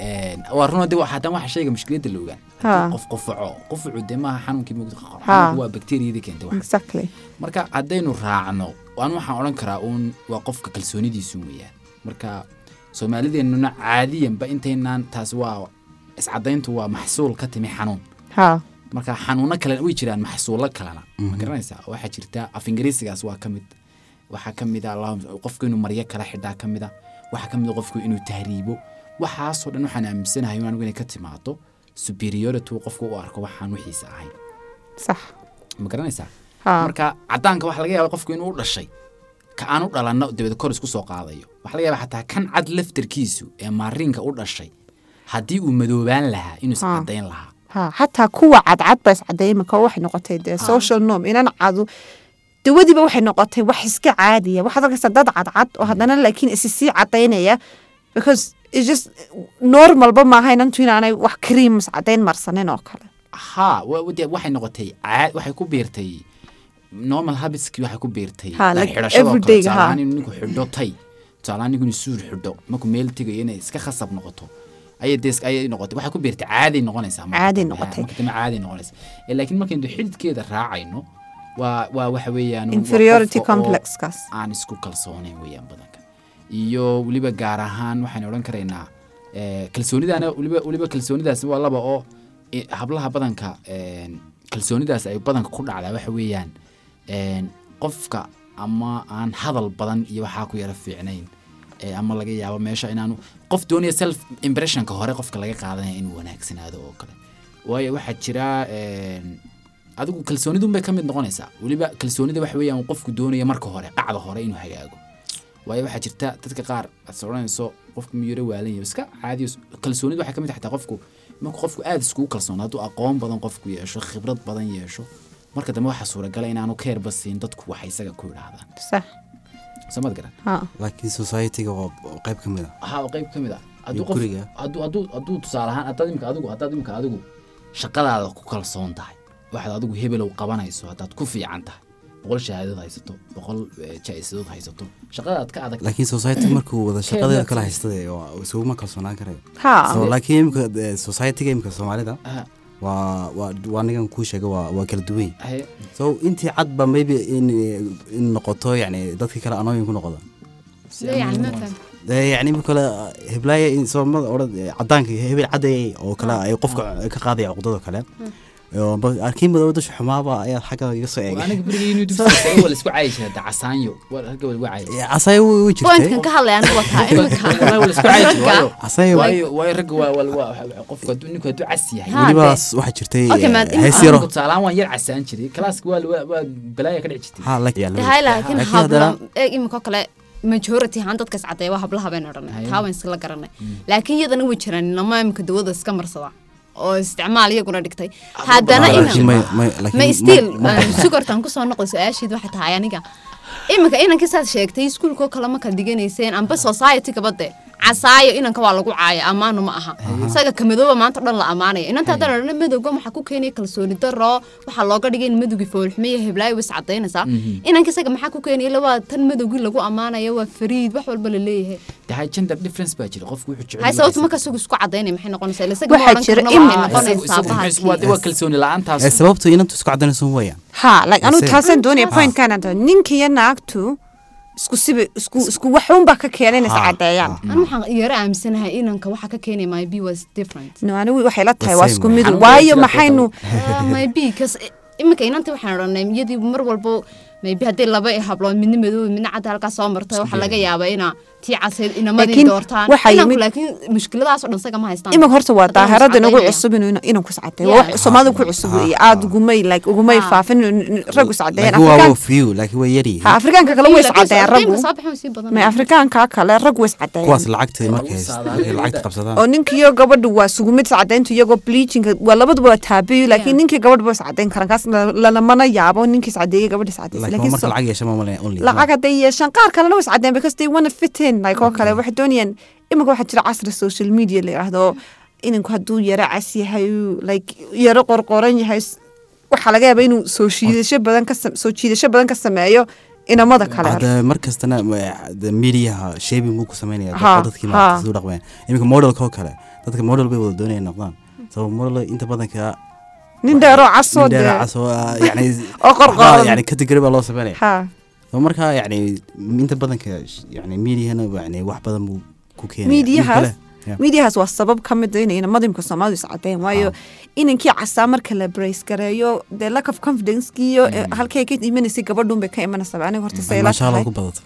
Speaker 1: waa run hadii waxaa tan waxa sheega mushkilada la ogaan
Speaker 2: Ha.
Speaker 1: Haddii qof qufaco qufacu de maaha xanuunkii mugdi qaqo
Speaker 2: Ha.
Speaker 1: waa bakteeriyada keenta wax
Speaker 2: exactly
Speaker 1: marka haddaynu raacno aan waxaan odhan karaa uun waa qofka kalsoonidiisu weeyaan marka soomaalideennuna caadiyanba intaynaan taas waa iscadayntu waa maxsuul ka timi xanuun
Speaker 2: ha
Speaker 1: marka xanuuno kale way jiraan maxsuulo kalena ma garanaysaa waxaa jirta af ingiriisigaas waa ka mid waxaa ka mid ah allahumma- qofku inuu maryo kala xidhaa ka mid ah waxaa ka mid ah qofku inuu tahriibo waxaasoo dhan waxaan aaminsanahay in anigu inay ka timaado superiority uu qofku u arko waxaan wixiisa ahayn
Speaker 2: sax
Speaker 1: ma garanaysaa
Speaker 2: ha
Speaker 1: marka cadaanka waxa laga yaaba qofku inuu u dhashay ka aan u dhalanno dabad kor isku soo qaadayo waxa laga yaaba xataa kan cad laftarkiisu ee maariinka u dhashay haddii uu madoobaan lahaa inuu
Speaker 2: Ah.
Speaker 1: iscadayn lahaa
Speaker 2: ha xataa kuwa cadcad baa iscadayma ka waxay noqotay dee social norm inaan cadu dawadiiba waxay noqotay wax iska caadiya waxaad arkaysaa dad cadcad oo haddana laakiin isi sii cadaynaya because it's just normalba maaha inantu inaanay wax kriim iscadayn marsanin oo kale
Speaker 1: haa wa- wa- dee waxay noqotay caad waxay ku biirtay normal habitskii waxay ku biirtay
Speaker 2: Ha,
Speaker 1: like
Speaker 2: like
Speaker 1: xidhashadoo kale
Speaker 2: everyday-ga,
Speaker 1: tusaalehaan
Speaker 2: ha.
Speaker 1: inuu ninku xidho tay tusaalehaan ninku inuu suur xidho markuu meel tegayo inay iska khasab noqoto ayay dee is- ayay noqotay waxay ku biirtay caaday noqonaysaa marka
Speaker 2: Caaday
Speaker 1: dambe, ha,
Speaker 2: noqotay.
Speaker 1: marka dambe caaday noqonaysa Eh, laakiin markaynu dee xididkeeda raacayno waa waa waxa weeyaan waa
Speaker 2: inferiority
Speaker 1: qofka oo
Speaker 2: complexkaas
Speaker 1: aan isku kalsoonayn weeyaan badanka iyo weliba gaar ahaan waxaan odhan karaynaa eh, kalsoonidaana weliba weliba kalsoonidaas waa laba oo eh, hablaha badanka een, kalsoonidaas ay badanka ku dhacdaa waxa weeyaan een, qofka ama aan hadal badan iyo waxaa ku yara fiicnayn eh, ama laga yaabo meesha inaanu qof doonaya self impressionka hore qofka laga qaadanaya inuu wanaagsanaado oo kale waayo waxaa jira eh, een, adigu kalsoonidun bay ka mid noqonaysaa weliba kalsoonida waxa weeyaan uu qofku doonayo marka hore qacda hore inuu hagaago waayo waxaa jirta dadka qaar aad soconayso qofku miyure waalanyaho iska caadiyo kalsoonida waxaa ka mid ah xataa qofku markuu qofku aada iskugu kalsoon hadduu aqoon badan qofku yeesho khibrad badan yeesho marka dambe waxaa suuragala inaanu keerba siin dadku waxay isaga ku yidhaahdaan
Speaker 2: sax
Speaker 1: soomad garan
Speaker 2: ha
Speaker 4: laakiin society-ga waa waa qayb ka mid ah
Speaker 1: haa oo qayb ka mid ah hadduu
Speaker 4: Iyo
Speaker 1: qof
Speaker 4: guriga.
Speaker 1: hadduu hadduu hadduu tusaale ahaan haddaad imika adigu haddaad imika adigu shaqadaada ku kalsoon tahay waxaad adigu hebelow qabanayso haddaad ku fiican tahay boqol shahaadad haysato boqol eh, jaa-isadood haysato shaqadaad ka adag
Speaker 4: laakiin society markuu wada shaqadeeda kala haystade waa- isuguma kalsoonaan karayo
Speaker 2: ha
Speaker 4: So, laakiin imika eh, society-ga imika soomaalida
Speaker 1: Ah,
Speaker 4: waa waa waa nigan kuu sheega waa waa kala duwan yihin.
Speaker 1: haye.
Speaker 4: so intii cad ba maybe in in noqoto yacni dadkii kale anooyin ku noqoda
Speaker 3: sidee yani ma fahmi
Speaker 4: Eh, yacni marka kale heblaaya in soomada odhan eh, cadaanka hebel cadday oo kale ay qofka ka qaadaya cuqdado kale oo ba- arkin madooba dusha xumaaba ayaa xagga iga soo
Speaker 1: Waa
Speaker 4: eegay
Speaker 1: aniga berigii inuu dugsiga tago waa la isku caayi jiray hada casaanyo waa halka waa lagu caayi jiray.
Speaker 4: Eh, casaayo way way jirtay
Speaker 3: pointkan ka hadlaya anigu wataa
Speaker 1: Wallahi waa la isku caayi jiray, waayo-
Speaker 4: casaayo
Speaker 1: waayo- waayo ragga waa- waa- waa- qofku hadduu- ninku hadduu cas yahay
Speaker 3: Ha.
Speaker 4: weliba waxaa jirtay
Speaker 3: Okay, maad-
Speaker 4: eh, hees
Speaker 1: anigu
Speaker 4: yaro
Speaker 1: tusaalehaan waan yar casaan jiray kalaaska waa waa- waa balaaya ka dhici jirtay
Speaker 4: Ha, la- yaa, la-
Speaker 3: tahay laakiin
Speaker 4: laakiin
Speaker 3: habla
Speaker 4: haddana-
Speaker 3: eeg iminko kale majority ahaan dadka iscadeeye waa hablaha baynu odhanay taa waan iskala garanay laakiin iyadana way jiraan inama iminka dawada iska marsada oo isticmaal iyaguna dhigtay haddana
Speaker 4: Laakiin
Speaker 3: inan um,
Speaker 4: may- may- laakiin
Speaker 3: ma
Speaker 4: ma-
Speaker 3: stiil
Speaker 4: ma-
Speaker 3: sugortan kusoo noqday su-aasheed waxay tahay aniga iminka inankii saad sheegtay iskuulkoo kale ma kala diganayseen amba society-gaba de casaayo inanka waa lagu caaya ammaanu ma aha isaga ka madooba maanta dhan la ammaanaya inanta haddana dhana madowga waxaa ku keenaya kalsooni daro waxaa looga dhigay in madowgii foolxumeya heblaayo was cadaynaysaa inanka isaga maxaa ku keenaya ila waa tan madowgii lagu ammaanaya waa fariid wax walba la leeyahay
Speaker 1: tahay gender difference baa jira qofku wuxuu jecel
Speaker 3: hay
Speaker 1: yahay.
Speaker 3: sababta marka isagu isku cadaynaya maxay noqonaysaa ila isaga
Speaker 2: Waxaa
Speaker 3: ma odhan
Speaker 2: jira
Speaker 3: karno
Speaker 2: in-
Speaker 3: waxay
Speaker 1: Isagu- isagu
Speaker 3: noqonaysaa
Speaker 1: muxuu is- waa-
Speaker 3: bahalkii
Speaker 1: waa kalsooni
Speaker 4: ee
Speaker 1: la'aantaas
Speaker 4: sababtu inantu isku cadanayso wayaan
Speaker 2: ha like anuu
Speaker 4: Yes, eh.
Speaker 2: taasaan doonaya pointkaan aan doonay ninka iyo naagtu isku siba isku isku waxuunba ka keenayn is
Speaker 4: Ha,
Speaker 2: cadeeyaan
Speaker 4: ha.
Speaker 3: anu waxaan yara aaminsanahay inanka waxa ka keenaya my b was different
Speaker 2: no anigu waxay la tahay waa
Speaker 4: same
Speaker 2: isku
Speaker 4: way.
Speaker 2: mid
Speaker 1: Anigu
Speaker 2: waayo
Speaker 1: sidaa
Speaker 2: maxaynu
Speaker 3: Ah, my b kas iminka inanta waxaan odhanay iyadii mar walbo my b haddii laba hablood midna madoob midna cadda halkaas soo marta waxaa laga yaabaa ina tii caseed
Speaker 2: Laakiin
Speaker 3: inamadii doortaan
Speaker 2: waxaa
Speaker 3: inanku
Speaker 2: yimid-
Speaker 3: laakiin mushkiladaas oo dhan saga ma haystaan
Speaker 2: imanka horta waa
Speaker 3: Haddana
Speaker 2: daahirada nagu
Speaker 3: iscadeynaya.
Speaker 2: cusub inuu inanku iscadeeyo
Speaker 3: Yeah.
Speaker 2: wax soomaalida ku cusub weeye aada ugumay like ugumay
Speaker 3: Ha.
Speaker 2: faafin n- n- raggu iscadeeyaan
Speaker 4: laakiin waa
Speaker 2: afrikaan
Speaker 4: few laakiin way yaryihiin
Speaker 2: ha afrikaanka kale
Speaker 3: Laakiin
Speaker 2: way
Speaker 3: laakiin
Speaker 2: iscadeeyaan
Speaker 3: sodonka
Speaker 2: raggu
Speaker 3: soo baxaan way sii badanayaan.
Speaker 2: may afrikaanka kale raggu way iscadeeyaan
Speaker 4: kuwaas lacagta markay
Speaker 1: Lagu
Speaker 4: haystaan,
Speaker 1: saadaa.
Speaker 4: markay lacagta qabsadaan
Speaker 2: oo ninkiyo gabadhu waa isugu mid iscadeyntu iyagoo bleachinka waa labaduba waa taabiyo laakiin
Speaker 3: Yeah.
Speaker 2: ninkii gabadhu ba iscadeyn karaan kaas la- lalamana yaabo ninkii iscadeeyey gabadha iscadeysa
Speaker 4: laakiin waa
Speaker 2: laakiin
Speaker 4: marka
Speaker 2: so-
Speaker 4: lacag yeesha ma malayn only
Speaker 2: lacag hadday yeeshaan qaar kalena way iscadeen because they wanna fit in like oo kale waxay doonayaan iminka waxaa jira casri social media la yidhaahdo ininku hadduu yaro cas yahay like yaro qorqoran yahay s- waxaa laga yaaba inuu soo jiidasho badan ka sam- soo jiidasho badan ka sameeyo inamada kale
Speaker 4: hadda mar kastana ma- de mediaha shaping buu ku sameynaya
Speaker 2: Ha,
Speaker 4: dadka dadkii
Speaker 2: ha.
Speaker 4: maaragtay suu dhaqmeen iminka modelka oo kale dadka model bay wada doonayaan noqdaan sabab model inta badanka
Speaker 2: nin dheeroo casoo
Speaker 4: indhaha
Speaker 2: dee
Speaker 4: cas oo, ah, yacni-
Speaker 2: oo qorqoran.
Speaker 4: ah, yacni category baa loo sameynaya
Speaker 2: ha
Speaker 4: So marka yacni inta badanka sh- yacni mediahana yacni wax badan buu ku keenaya
Speaker 2: miidiyahaas
Speaker 4: Yeah.
Speaker 2: miidiyahaas waa sabab ka mid ah inay inamada imka soomaalidu iscadeen waayo inankii casaa marka la brace gareeyo dee lack of confidenceki iyo eh, halkay ka imanaysay gabadhuun bay ka imanaysaa aniga horta sayla
Speaker 4: maasha Mm. allah
Speaker 2: tahay
Speaker 4: ku badato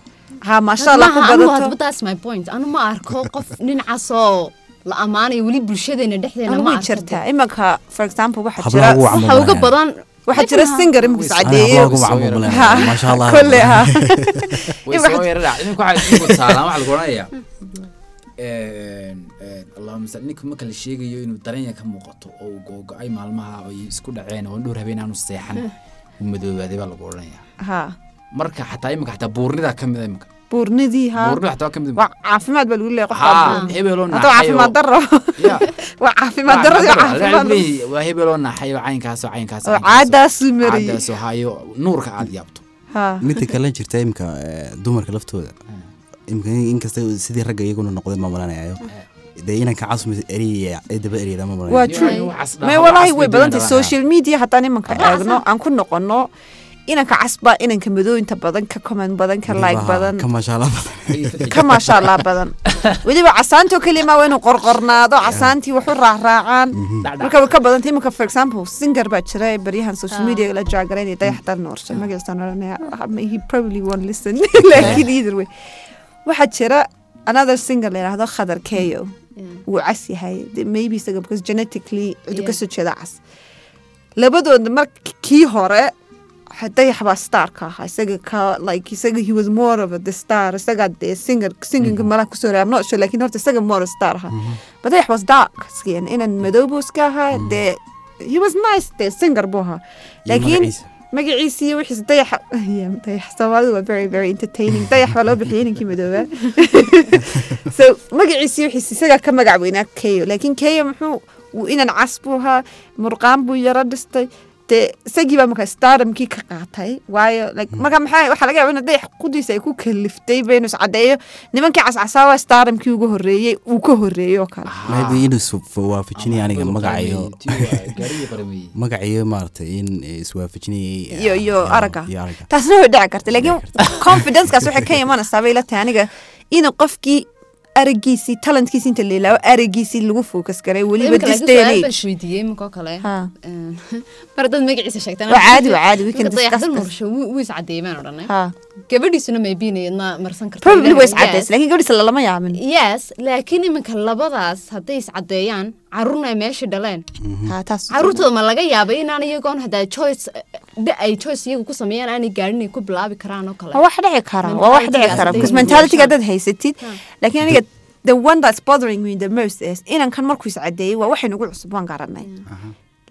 Speaker 2: ha maasha allah ku
Speaker 3: Maaha, anu waa-
Speaker 2: badato
Speaker 3: but that's my point. Anu ma arko qof dhinacaasoo la ammaanayo weli bulshadeena dhexdeena
Speaker 2: anigu
Speaker 3: ma
Speaker 2: way
Speaker 3: arko dee.
Speaker 2: jirtaa imanka for example waxaa
Speaker 4: Hablaha ugu
Speaker 2: jira
Speaker 4: cam-
Speaker 3: Waxa uga badan
Speaker 2: waxaa jira singer imika
Speaker 1: Aniga
Speaker 2: iscadeeyo
Speaker 1: hablaha ugu cam-
Speaker 2: Ha,
Speaker 4: maasha allah
Speaker 2: kolle ha
Speaker 1: way
Speaker 2: Imanka-
Speaker 1: soo yarara idinku waxaa idinku saalaan waxaa lagu odhanayaa een, een, allahuma masal ninka marka la sheegayo inuu daranya ka muuqato oo uu googo-ay maalmaha oo ay isku dhaceen oo dhowr habeen aanu seexan uu madoobaaday baa lagu odhanayaa
Speaker 2: ha
Speaker 1: marka xataa imanka xataa buurnidaa ka mida imanka
Speaker 2: buurnidii ha
Speaker 1: buurnida xataa waa ka mida
Speaker 2: waa caafimaad baa lagu leeyahay qofka
Speaker 1: haa hebeloo
Speaker 2: haddaba caafimaad
Speaker 1: naxayo
Speaker 2: daro
Speaker 1: eh, oh. Yeah.
Speaker 2: waa caafimaad daro iyo caafimaad darro.
Speaker 1: waa hebeloo naxayo caynkaasoo caynkaasoo
Speaker 2: oo caadaasuu
Speaker 1: Ah,
Speaker 2: marayay
Speaker 1: caadaasoo hayo nuurka aada yaabto
Speaker 2: ha
Speaker 4: midda kale jirta imika eh, dumarka laftooda imika in- inkasta sidii ragga iyaguna noqday ma malanayo dee inanka casum eriya ee daba eriyada Ah, ma
Speaker 2: waa
Speaker 4: malanayo
Speaker 1: Nin
Speaker 2: true
Speaker 1: ayuu cas dhaha,
Speaker 2: may
Speaker 1: waa
Speaker 2: walaahi
Speaker 1: cas
Speaker 2: way
Speaker 1: bay
Speaker 2: badan tahay
Speaker 1: doonayaan.
Speaker 2: social media haddaan imanka eegno aan ku noqono inanka casba inanka madooyinta badan ka comment badan
Speaker 4: أيوة،
Speaker 2: ka like badan
Speaker 4: ka maasha allah badan
Speaker 2: ka maasha allah badan weliba casaantoo keliya maa waa inuu qorqornaado casaantii waxu raacraacaan marka way ka badantay iminka for example singer baa jira ee baryahan social
Speaker 3: Ah.
Speaker 2: media la jaagaraynay dayaxtan noorshay magaciisaan oranaya he probably won't listen laakiin either way waxaa jira another singer la yidhaahdo khadar keyo wuu cas yahay They- maybe isaga because genetically cidu
Speaker 3: Yeah.
Speaker 2: ka soo jeeda cas labadooda markii hore dayax baa starka ahaa isaga ka like isaga he was more of a the star isaga dee singer singinga malaha kusoo reab not sure laakiin horta isaga more star ahaa but dayax was dark skin inan madowbu iska ahaa dee he was nice dee singer buu ahaa laakiin
Speaker 4: magaciisa.
Speaker 2: magaciisa iyo wixiis dayax Yeah, dayax soomaalidu waa very very entertaining dayax baa loo bixiyay ninkii eh? madoobaa so magaciisa iyo wixiis isagaa ka magac weynaa keyo laakiin keyo muxuu wuu inan cas buu ahaa murqaan buu yaro dhistay dee isagii baa marka stardomkii ka qaatay waayo
Speaker 4: Hmm.
Speaker 2: like marka maxaa waxaa laga yaaba in dayax qudiisa ay ku kaliftay baynu iscadeeyo nimankii cascasaa waa stardomkii ugu horreeyey uu ka horreeyey oo kale
Speaker 4: maybe inuu is- waafajinaya aniga magacayo
Speaker 1: gariga qarameye
Speaker 4: magaciyo maaragtay in eh, iswaafajinayay eh,
Speaker 2: iyo iyo aragga
Speaker 4: iyo aragga
Speaker 2: taasna way dhici karta laakiin confidencekaas waxay ka imanaysaa bay la tahay aniga in qofkii araggiisii talentkiisii inta leelaawo araggiisii lagu focus garay weliba
Speaker 3: iminka
Speaker 2: this
Speaker 3: laakiin
Speaker 2: day and
Speaker 3: su'aal baan
Speaker 2: age
Speaker 3: isweydiiyey iminka oo kale
Speaker 2: Ha.
Speaker 3: Een, mar dad magaciisa sheegtaan
Speaker 2: Waa caadi, waa caadi, we can
Speaker 3: Iminka dayaxda
Speaker 2: discuss this.
Speaker 3: nuursho wuu wuu iscadeeyey baan odhanay
Speaker 2: Ha.
Speaker 3: gabadhiisuna may b-na iyadna marsan kartaa
Speaker 2: probably
Speaker 3: Ilaahay,
Speaker 2: way
Speaker 3: yes.
Speaker 2: iscadays laakiin gabdhiisa lalama yaabin
Speaker 3: yes laakiin iminka labadaas hadday iscadeeyaan caruurna ay meesha dhaleen
Speaker 1: Ah,
Speaker 2: Ha, taas-
Speaker 3: caruurtooda ma laga yaabay inaan iyagoon haddaa choice da ay choice iyagu ku sameeyaan aanay gaadhin ay ku bilaabi karaan oo kale
Speaker 2: waa wax dhici kara waa wax dhici
Speaker 3: Mentality-gaas
Speaker 2: kara
Speaker 3: hadday
Speaker 2: because
Speaker 3: yeeshaan.
Speaker 2: mentality hadaad haysatid laakiin aniga the one that's bothering me the most is inankan markuu iscadeeyey waa waxay nagu cusub waan garanay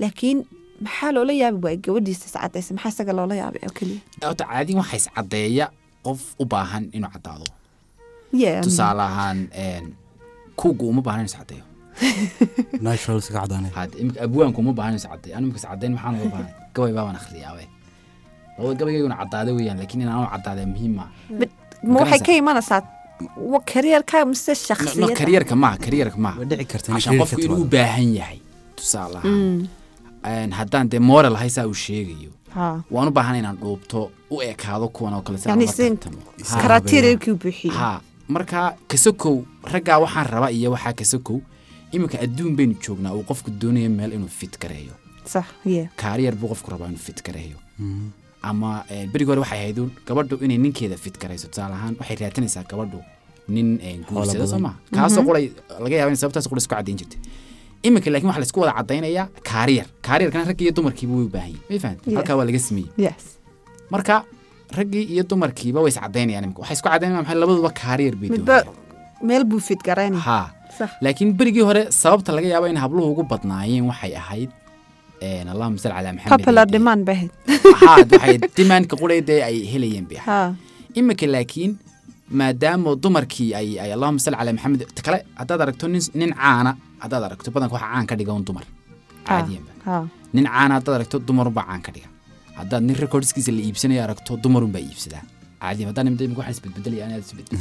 Speaker 2: laakiin maxaa loola yaabi waaya gabadhiisa iscadaysa maxaa isaga loola yaabay oo keliya
Speaker 1: horta caadiyan waxaa iscadeeya qof u baahan inuu caddaado
Speaker 2: Yeah, I mean-
Speaker 1: tusaale ahaan een, kuugu uma baahna inuu iscadeeyo
Speaker 4: naturals ka cadaanay
Speaker 1: had imika abwaanku uma baahna inuu iscadeeyo anu imika iscadeyn maxaan uga baahnay gabay baabaan akhriyaawe laba gabayayguna caddaada weeyaan laakiin in aanu caddaada muhiim maaha
Speaker 2: ma waxay ka imanaysaa wa- karyeerka mise
Speaker 1: no
Speaker 2: shakhsiyadda
Speaker 1: karyeerka maaha karyeerka maaha
Speaker 4: waa dhici karta
Speaker 1: عشان qofku inuu u baahan yahay tusaale ahaan Een, haddaan dee moral ahay saa uu sheegayo
Speaker 2: Haa.
Speaker 1: waan u baahan inaan dhuubto u ekaado kuwan oo kale si aan
Speaker 2: yani
Speaker 1: ula
Speaker 2: si
Speaker 1: tartamo.
Speaker 4: iska-
Speaker 1: Haa.
Speaker 2: karaatirerkii buuxiyey
Speaker 1: haa marka kasakow raggaa waxaan raba iyo waxaa kasakow iminka adduun baynu joognaa uu qofku doonayo meel inuu fit gareeyo
Speaker 2: sax ye
Speaker 1: kaariyar buu qofku rabaa inuu fit gareeyo ama eh, berigi hore waxay ahayd uun gabadhu inay ninkeeda fit garayso tusaale ahaan waxay raatinaysaa gabadhu nin eh, guursada
Speaker 4: badan.
Speaker 1: soo maaha kaasoo quray laga yaaba in sababtaas quray isku caddayn jirtay iminka laakiin waxaa laisku wada caddaynayaa kaariyar kaariyarkana ragga iyo dumarkiiba way u baahan yihin may fahamtay
Speaker 2: Yeah.
Speaker 1: halkaa waa laga sameeyey
Speaker 2: yes
Speaker 1: marka raggii iyo dumarkiiba way iscadaynayaan imika waxay isku caddaynayaan maxay labaduba kaariyar bay
Speaker 2: midba
Speaker 1: doonayaan
Speaker 2: meel buu fit garaynaya
Speaker 1: haa
Speaker 2: Sax.
Speaker 1: laakiin berigii hore sababta laga yaabo in habluhu ugu badnaayeen waxay ahayd een, allahuma sal calaa maxamed
Speaker 2: popular
Speaker 1: ee-
Speaker 2: demand bay ahayd
Speaker 1: haa waxay dimaandka quleydee ay helayeen bay ahayd
Speaker 2: haa
Speaker 1: iminka laakiin maadaama dumarkii ay ay allahuma sal calaa maxamed ta kale haddaad aragto nin nin caana haddaad aragto badanka waxaa caan ka dhiga un dumar
Speaker 2: haa
Speaker 1: caadiyanba
Speaker 2: haa
Speaker 1: nin caana haddaad aragto dumarunbaa caan ka dhiga haddaad nin recordskiisa la iibsanayo aragto dumarunbaa iibsadaa caadiyan haddaa nimda imika waxaan isbedbedelaya anaa isbedbedel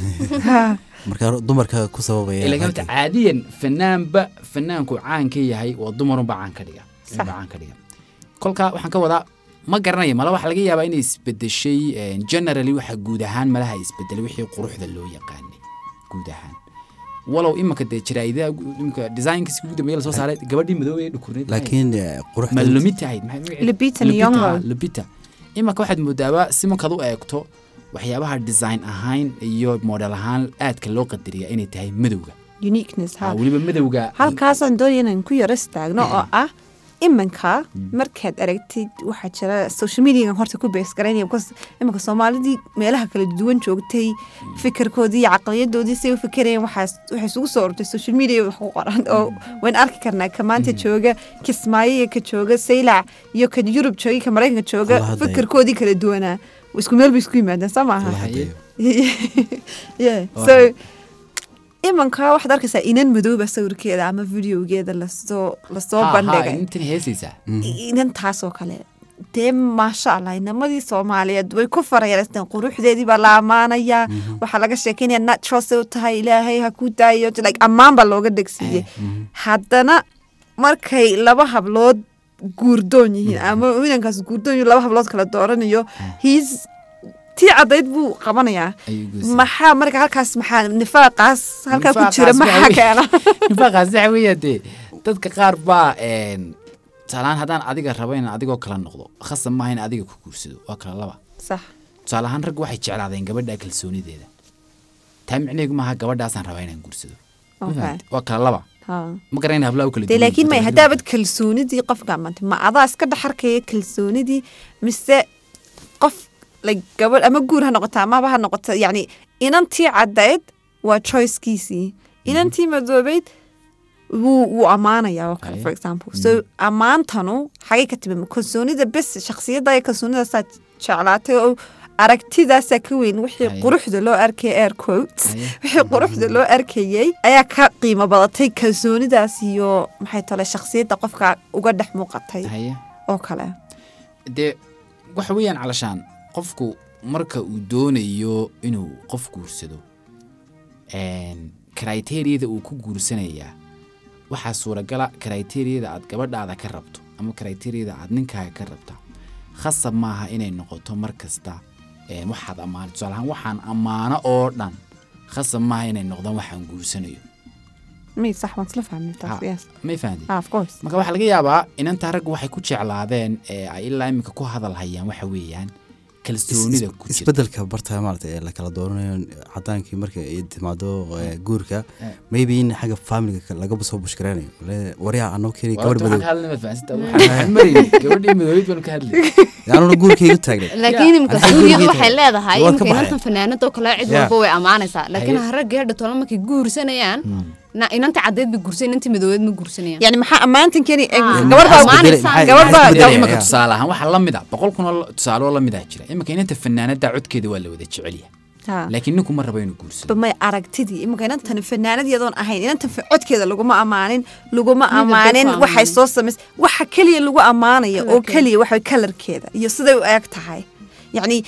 Speaker 4: marka dumarka ku sababaya
Speaker 1: ilaa horta caadiyan fanaanba fanaanku caan ka yahay waa dumarunba caan ka dhiga
Speaker 2: Sax.
Speaker 1: inba caan ka dhiga kolka waxaan ka wadaa ma garanaya mala waxaa laga yaabaa inay isbedeshay een, generally waxa guud ahaan malaha isbedelay wixii quruxda loo yaqaanay guud ahaan walow imanka dee jaraaidaha gu- imanka designkiis guud dambeeya lasoo saaray gabadhii madowey dhukurneyd
Speaker 4: laakiin
Speaker 1: ma
Speaker 4: quruxda
Speaker 1: lumita ahayd maxay magaceeda?
Speaker 2: Lupita
Speaker 1: Lupita,
Speaker 2: Nyong'o.
Speaker 1: haa, lupita imanka waxaad moodaaba si markaad u eegto waxyaabaha design ahaan iyo model ahaan aadka loo qadariya inay tahay madowga
Speaker 2: uniqueness
Speaker 1: Ah,
Speaker 2: haa
Speaker 1: weliba madowga
Speaker 2: halkaasaan doonaya inaan ku yaro istaagno oo ah iminka markaad aragtid waxaa jira social mediagan horta ku beesgaraynaya because iminka soomaalidii meelaha kala duwan joogtay fikirkoodii iyo caqliyadoodii say u fikirayeen waxaas- waxay isugu soo ururtay social media wax ku qoran oo waan arki karnaa ka maanta jooga kismaayo iyo ka jooga saylac iyo ka yurub jooga iyo ka maraykanka
Speaker 4: Allah
Speaker 2: jooga
Speaker 4: hadayo.
Speaker 2: fikirkoodii kala duwanaa isku meel bay isku yimaadeen soo maaha
Speaker 4: Allah hadayo.
Speaker 2: yeah
Speaker 1: Waa
Speaker 2: so
Speaker 1: hadayo.
Speaker 2: imanka waxaad arkaysaa inan madooba sawirkeeda ama videogeeda lasoo
Speaker 1: آه،
Speaker 2: lasoo bandhigay
Speaker 1: intan heesaysaa
Speaker 2: inantaasoo kale dee maasha allah inamadii soomaaliyeed way ku farayarasteen quruxdeedii baa la ammaanaya waxaa laga sheekaynaya natural say u tahay ilaahay ha ku daayo like ammaan baa looga dhegsiiyey haddana markay laba hablood guurdoon yihiin ama inankaas guurdoon yihiin laba hablood kala dooranayo he's tii cadayd buu qabanayaa
Speaker 1: ayuu goosay.
Speaker 2: maxaa marka halkaas maxaa nifaaqaas halkaa ku
Speaker 1: Nifaaqaas
Speaker 2: jira maxaa
Speaker 1: waxa
Speaker 2: keena
Speaker 1: weye- nifaaqaas waxa weeye dee dadka qaar baa een, tusaale ahaan haddaan adiga rabo inaan adigoo kala noqdo khasab maaha in adiga ku guursado waa kala laba
Speaker 2: sax
Speaker 1: tusaale ahaan raggu waxay jeclaadeen gabadha kalsoonideeda taa micneheedu maaha gabadhaasaan rabaa inaan guursado Ma
Speaker 2: Okay.
Speaker 1: fahamtay? waa kala laba
Speaker 2: haa
Speaker 1: ma garanayna hablaha u kala
Speaker 2: dee
Speaker 1: duwan
Speaker 2: laakiin may
Speaker 1: yihiin.
Speaker 2: haddaabad kalsoonidii qofka ammaantay ma adaa iska dhex arkaya kalsoonidii mise qof like gabadh ama guur ha noqoto amaba ha noqoto yacni inantii caddayd waa choicekiisii inantii madoobeyd wuu wuu ammaanayaa oo kale
Speaker 1: Aye.
Speaker 2: for example so ammaantanu xagay ka timim kalsoonida bes shakhsiyadda iyo kalsoonidaasaad jeclaatay oo aragtidaasaa ka weyn wixii
Speaker 1: Aye.
Speaker 2: quruxda loo arkaya air quotes
Speaker 1: Aye.
Speaker 2: wixii quruxda loo arkayey ayaa ka qiimo badatay kalsoonidaas iyo maxay tale shakhsiyadda qofka uga dhex muuqatay
Speaker 1: Haye.
Speaker 2: oo kale
Speaker 1: dee waxa weeyaan calashaan qofku marka uu doonayo inuu qof guursado een, kriteriyada uu ku guursanayaa waxaa suuragala kriteriyada aad gabadhaada ka rabto ama kriteriyada aad ninkaaga ka rabta khasab maaha inay noqoto mar kasta een, waxaad ammaano tusaale ahaan waxaan ammaano oo dhan khasab maaha inay noqdaan waxaan guursanayo
Speaker 2: may sax waan isla fahmay
Speaker 1: Ha,
Speaker 2: taas yes
Speaker 1: may fahanti
Speaker 2: ah of course
Speaker 1: marka waxaa laga yaabaa inanta raggu waxay ku jeclaadeen ee ay ilaa imika ku hadal hayaan waxa weeyaan kalsoonida ku jirta
Speaker 4: isbedelka barta maarata ee la kala dooranayo cadaankii marka ay timaado eh, guurka
Speaker 1: Eh.
Speaker 4: maybe in xagga familiga laga soo bushkarenayo Le- waryaa anoo keliya
Speaker 1: Waa horta waxaan
Speaker 4: gabadh
Speaker 1: ka
Speaker 4: madow
Speaker 1: hadalnay ma fahansantaa, waxaan- waxaan marayay gabadhii madoobid baanu ka hadlayay
Speaker 4: anuna guurkaygu taagnay Eh,
Speaker 3: laakiin imika
Speaker 4: Halkay
Speaker 3: suudiyada
Speaker 4: joogeen
Speaker 3: waxay
Speaker 4: tahay.
Speaker 3: leedahay
Speaker 4: Waad ka
Speaker 3: imika
Speaker 4: baxeen.
Speaker 3: inantan fanaanada oo kale cid
Speaker 4: Yeah.
Speaker 3: walba way ammaanaysaa laakiin
Speaker 1: Haye.
Speaker 3: ha ragga hadha tolo markay guursanayaan na inanta caddeed bay guursan inantii madoobeed ma guursanayaan
Speaker 2: yani maxaa ammaantan keeni
Speaker 3: Ah.
Speaker 2: gabar baa
Speaker 3: Ammaan-
Speaker 2: gabar baa-
Speaker 1: Isbedel,
Speaker 2: gabar-
Speaker 1: imika tusaale ahaan waxaa la mid ah boqol kun oo tusaale oo la mid ah jira imika inanta fanaanada codkeeda waa la wada jecel yahay
Speaker 2: Ha.
Speaker 1: laakiin ninku ma rabo inuu guursado
Speaker 2: may aragtidii iminka inantan fanaanadyadoon ahayn inantan fi- codkeeda laguma amaanin laguma
Speaker 3: Midabkeed ku
Speaker 2: amaanin waxay
Speaker 3: amaanin.
Speaker 2: soo samays waxa keliya lagu amaanaya oo
Speaker 3: Kalarkeeda.
Speaker 2: keliya waxa kalarkeeda iyo siday u eg tahay yacni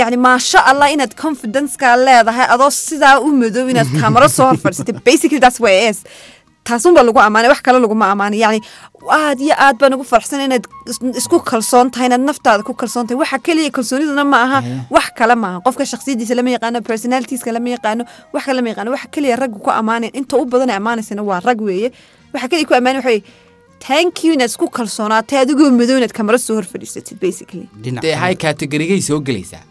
Speaker 2: yacni maasha allah inaad confidencekaa leedahay adoo sidaa u madow inaad kaamaro soo horfadhisatay basically that's what it is taasunbaa lagu amaanay wax kale laguma amaanay yacni aad iyo aad baan ugu farxsan inaad is- isku kalsoon tahay inaad naftaada ku kalsoon tahay waxa keliya kalsooniduna ma aha
Speaker 1: Yeah.
Speaker 2: wax kale maaha qofka shaksiyadiisa lama yaqaano personalitiska lama yaqaano wax kale lama yaqaano waxa keliya raggu ku ammaanayan inta u badan ee ammaanaysana waa rag weeye waxa keliya ku ammaanayan waxa weeye thank you inaad isku kalsoonaatay adigoo madow inaad kamaro soo hor fadhiisatid basically
Speaker 1: dee hay
Speaker 4: dhinaca
Speaker 1: kaategorigay soo gelaysaa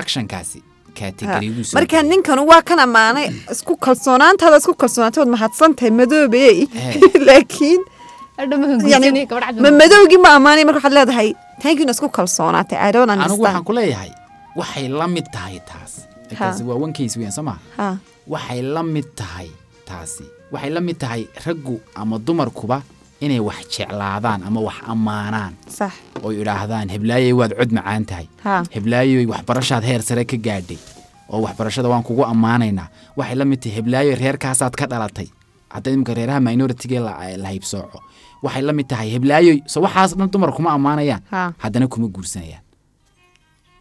Speaker 1: actionkaasi
Speaker 2: Ha.
Speaker 1: kaategoriguu soo
Speaker 2: Ah. marka
Speaker 1: gelaya.
Speaker 2: ninkan waa kan ammaanay isku kalsoonaantaada isku kalsoonaatay waad mahadsan tahay madoobey
Speaker 1: Eh.
Speaker 2: laakiin
Speaker 3: hadha ma
Speaker 2: yani
Speaker 3: hanguursanaya gabadha
Speaker 2: ma madowgii ma ammaanay marka waxaad leedahay thank you inaad isku kalsoonaatay i don't
Speaker 1: anigu waxaan
Speaker 2: understand
Speaker 1: ku leeyahay waxay la mid tahay taas taasi waa one case weeyaan soo maha
Speaker 2: ha
Speaker 1: waxay la mid tahay taasi waxay la mid tahay raggu ama dumarkuba inay wax jeclaadaan ama wax ammaanaan
Speaker 2: sax
Speaker 1: oo idhaahdaan heblaayey waad cod macaan tahay
Speaker 2: Ha.
Speaker 1: heblaayey waxbarashaad heer sare ka gaadhay oo waxbarashada waan kugu ammaanaynaa waxay la mid tahay heblaayey reerkaasaad ka dhalatay hadda imika reeraha minorityga la la haybsooco waxay la mid tahay heblaayey so waxaas dhan dumar kuma ammaanayaan
Speaker 2: Ha.
Speaker 1: haddana kuma guursanayaan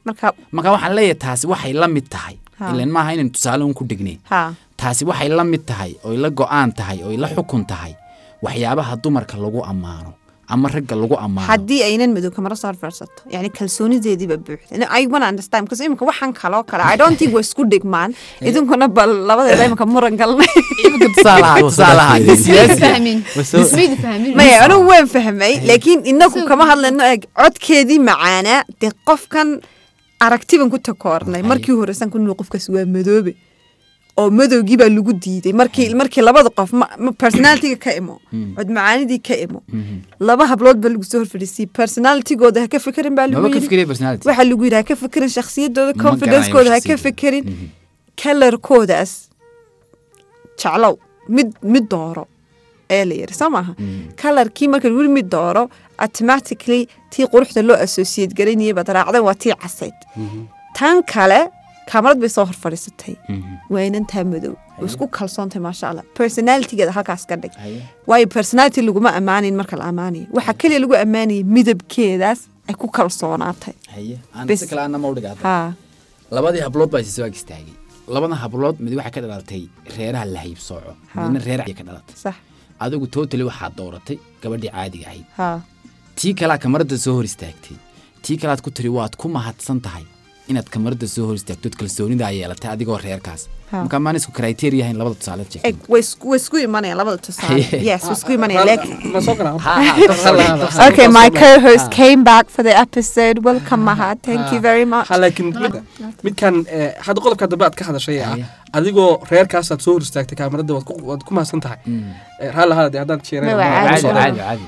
Speaker 2: marka
Speaker 1: marka waxaan leeyahay taasi waxay la mid tahay
Speaker 2: Ha.
Speaker 1: ilan maaha inaynu tusaale un ku dhignayn
Speaker 2: ha
Speaker 1: taasi waxay la mid tahay oy la go'aan tahay oy la xukun tahay waxyaabaha dumarka lagu ammaano ama ragga lagu ammaano
Speaker 2: haddii aynan madow kamara soo horfarsato yani kalsoonideediiba buuxda i wan understand because iminka waxaan kaloo kale i don't think way isku dhigmaan
Speaker 1: Eh.
Speaker 2: idinkuna bal labadeeda iminka muran galnay
Speaker 1: Iminka tusaalaha tusaalaha
Speaker 4: Soo
Speaker 1: siyaasi
Speaker 3: fahmin
Speaker 4: Soo-
Speaker 3: maydu fahmin
Speaker 2: maya anigu waan fahmay laakiin inagu
Speaker 3: So-
Speaker 2: kama hadlayno eeg codkeedii macaanaa dee qofkan aragtiban ku takoornay markii hore san ku nuu qofkaas waa madoobe oo madowgii baa lagu diiday markii markii labada qof ma- ma- personalitiga ka imo cod macaanidii ka imo laba hablood baa lagu soo horfadhiisiyey personalitigooda ha ka fikerin baa lagu
Speaker 1: maba ka
Speaker 2: yidhi
Speaker 1: fikiriya personality
Speaker 2: waxaa lagu yidhi ha ka fikerin
Speaker 1: Ma
Speaker 2: shakhsiyadooda
Speaker 1: garanayo
Speaker 2: confidencekooda ha ka
Speaker 1: shakhsiyadooda.
Speaker 2: fikerin kalarkoodaas jeclow mid mid dooro ee la yiri soo maaha kalarkii marka lagu yidhi mid dooro automatically tii quruxda loo associate garaynayay baad raacdeen waa tii caseed tan kale kaamarad bay soo hor fadhiisatay
Speaker 1: Mhm.
Speaker 2: waa inantaa madow oo isku kalsoontahay maasha allah personalitigeeda halkaas ka dhig
Speaker 1: Haye.
Speaker 2: waayo personality laguma ammaanin marka la ammaanayo waxaa keliya lagu ammaanayay midabkeedaas ay ku kalsoonaatay
Speaker 1: haye aan
Speaker 2: Bes.
Speaker 1: si kale aanama udhigaata
Speaker 2: haa
Speaker 1: labadii hablood baa isi soo ag istaagay labada hablood mid waxaa ka dhalatay reeraha la haybsooco
Speaker 2: Ha.
Speaker 1: midna reer ayay ka dhalatay
Speaker 2: sax
Speaker 1: adigu totally waxaad dooratay gabadhii caadiga ahayd
Speaker 2: haa
Speaker 1: tii kalaa kamarada soo hor istaagtay tii kalaad ku tiri waad ku mahadsan tahay inaad kamarada soo hor istaagtood kalsoonidaa yeelatay adigoo reerkaas
Speaker 2: Ha.
Speaker 1: marka maan isku criteria ahayn labada tusaale
Speaker 2: eg way isku way isku imanayaan labada tusaale yes way isku
Speaker 5: Uh,
Speaker 2: imanayaan laakiin Okay, my co-host came back for the episode. Welcome, Maha. Thank you very much.
Speaker 5: laakiin mid- midkan eh, hadda qodobka dambe aad ka hadashay ah adigoo reerkaasaad soo hor istaagtay kaamarada waad ku- waad ku mahadsan tahay Eh, raalli ahaa dee haddaan sheeray-
Speaker 2: Ma waa
Speaker 1: caadi caadi caadi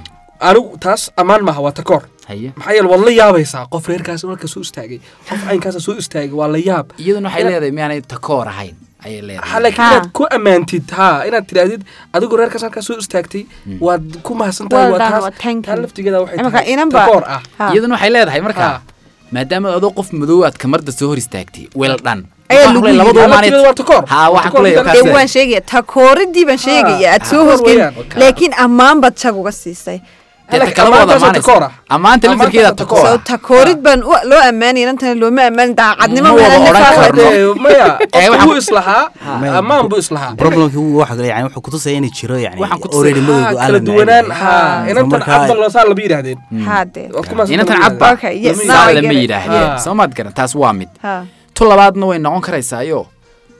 Speaker 5: anigu taas ammaan maaha waa takoor
Speaker 1: haye
Speaker 5: maxaa yeele waad la yaabaysaa qof reerkaas marka soo istaagay qof caynkaasa soo istaagay waa la yaab
Speaker 1: iyaduna waxay
Speaker 5: Ina-
Speaker 1: leedahay miyaanay takoor ahayn ayay
Speaker 5: Ha,
Speaker 1: leedahay
Speaker 5: laakiin
Speaker 2: Ha.
Speaker 5: inaad ku ammaantid ha inaad tidhaahdid adigoo reerkaas halkaas soo istaagtay waad ku mahadsan tahay
Speaker 2: Well
Speaker 5: waa
Speaker 2: done,
Speaker 5: taas
Speaker 2: waa thank
Speaker 5: taa
Speaker 2: you.
Speaker 5: laftigeeda waxay
Speaker 2: Imaka
Speaker 5: tahay
Speaker 2: inanba-
Speaker 5: takoor ah
Speaker 2: Ha.
Speaker 1: iyaduna waxay leedahay markaa
Speaker 5: Ah.
Speaker 1: maadaama adoo qof madow aad kamarda soo hor istaagtay weel dhan
Speaker 2: Ayaa
Speaker 1: Waxaan
Speaker 2: lagu
Speaker 1: kuleeyahay
Speaker 2: yidhi.
Speaker 1: labadooda maanay-
Speaker 5: Laftigeeda waa takoor.
Speaker 1: Haa,
Speaker 5: Waa
Speaker 1: waxaan
Speaker 5: takoor
Speaker 1: kuleeyahay
Speaker 5: midaan-
Speaker 2: dee
Speaker 1: waxaas
Speaker 2: waan sheegayaa takooridii baan sheegayaa aad soo
Speaker 5: takoor
Speaker 2: horgeyn
Speaker 5: weeyaan.
Speaker 2: laakiin ammaan baad shag uga siisay
Speaker 1: dee
Speaker 5: Halak,
Speaker 1: takalaba wada
Speaker 5: ammaantaasoo
Speaker 1: amaanaysa.
Speaker 5: takoor ah.
Speaker 1: Ammaanta laftirkeeda
Speaker 5: Ammaantaasoo
Speaker 1: takoor
Speaker 2: soo
Speaker 1: ah.
Speaker 5: takoor
Speaker 2: takoorid baan u- loo ammaanay inantan looma ammaanin daacadnimo
Speaker 5: Mm.
Speaker 1: Ma
Speaker 5: Oh,
Speaker 1: wada
Speaker 2: meelana
Speaker 1: odhan
Speaker 2: faafa-
Speaker 1: karno.
Speaker 5: Dee, maya
Speaker 1: Eh,
Speaker 5: qofku
Speaker 1: waxaan-
Speaker 5: wuu islahaa
Speaker 4: Maya.
Speaker 5: ammaan buu islahaa
Speaker 4: problemka uu waxa kale yani wuxuu kutusaya inay jiro yani
Speaker 1: Waxaan kutusay-
Speaker 4: already
Speaker 5: Ha,
Speaker 4: madowga
Speaker 5: kala duwanaan
Speaker 4: Ah,
Speaker 5: ha inantan
Speaker 4: markaa-
Speaker 5: cabdal loosaa lama yidhaahdeen
Speaker 2: Ha, dee.
Speaker 5: Waa kuma
Speaker 1: inantan
Speaker 5: lama
Speaker 1: cabba
Speaker 5: yidhaahdeen.
Speaker 2: Okay, yes,
Speaker 5: Lama
Speaker 2: now I
Speaker 1: saa
Speaker 2: get
Speaker 1: lama
Speaker 2: it.
Speaker 1: yidhaahdeen
Speaker 5: Yeah.
Speaker 1: soo maad garan taas waa mid
Speaker 2: Ha.
Speaker 1: tu labaadna way noqon karaysaa yo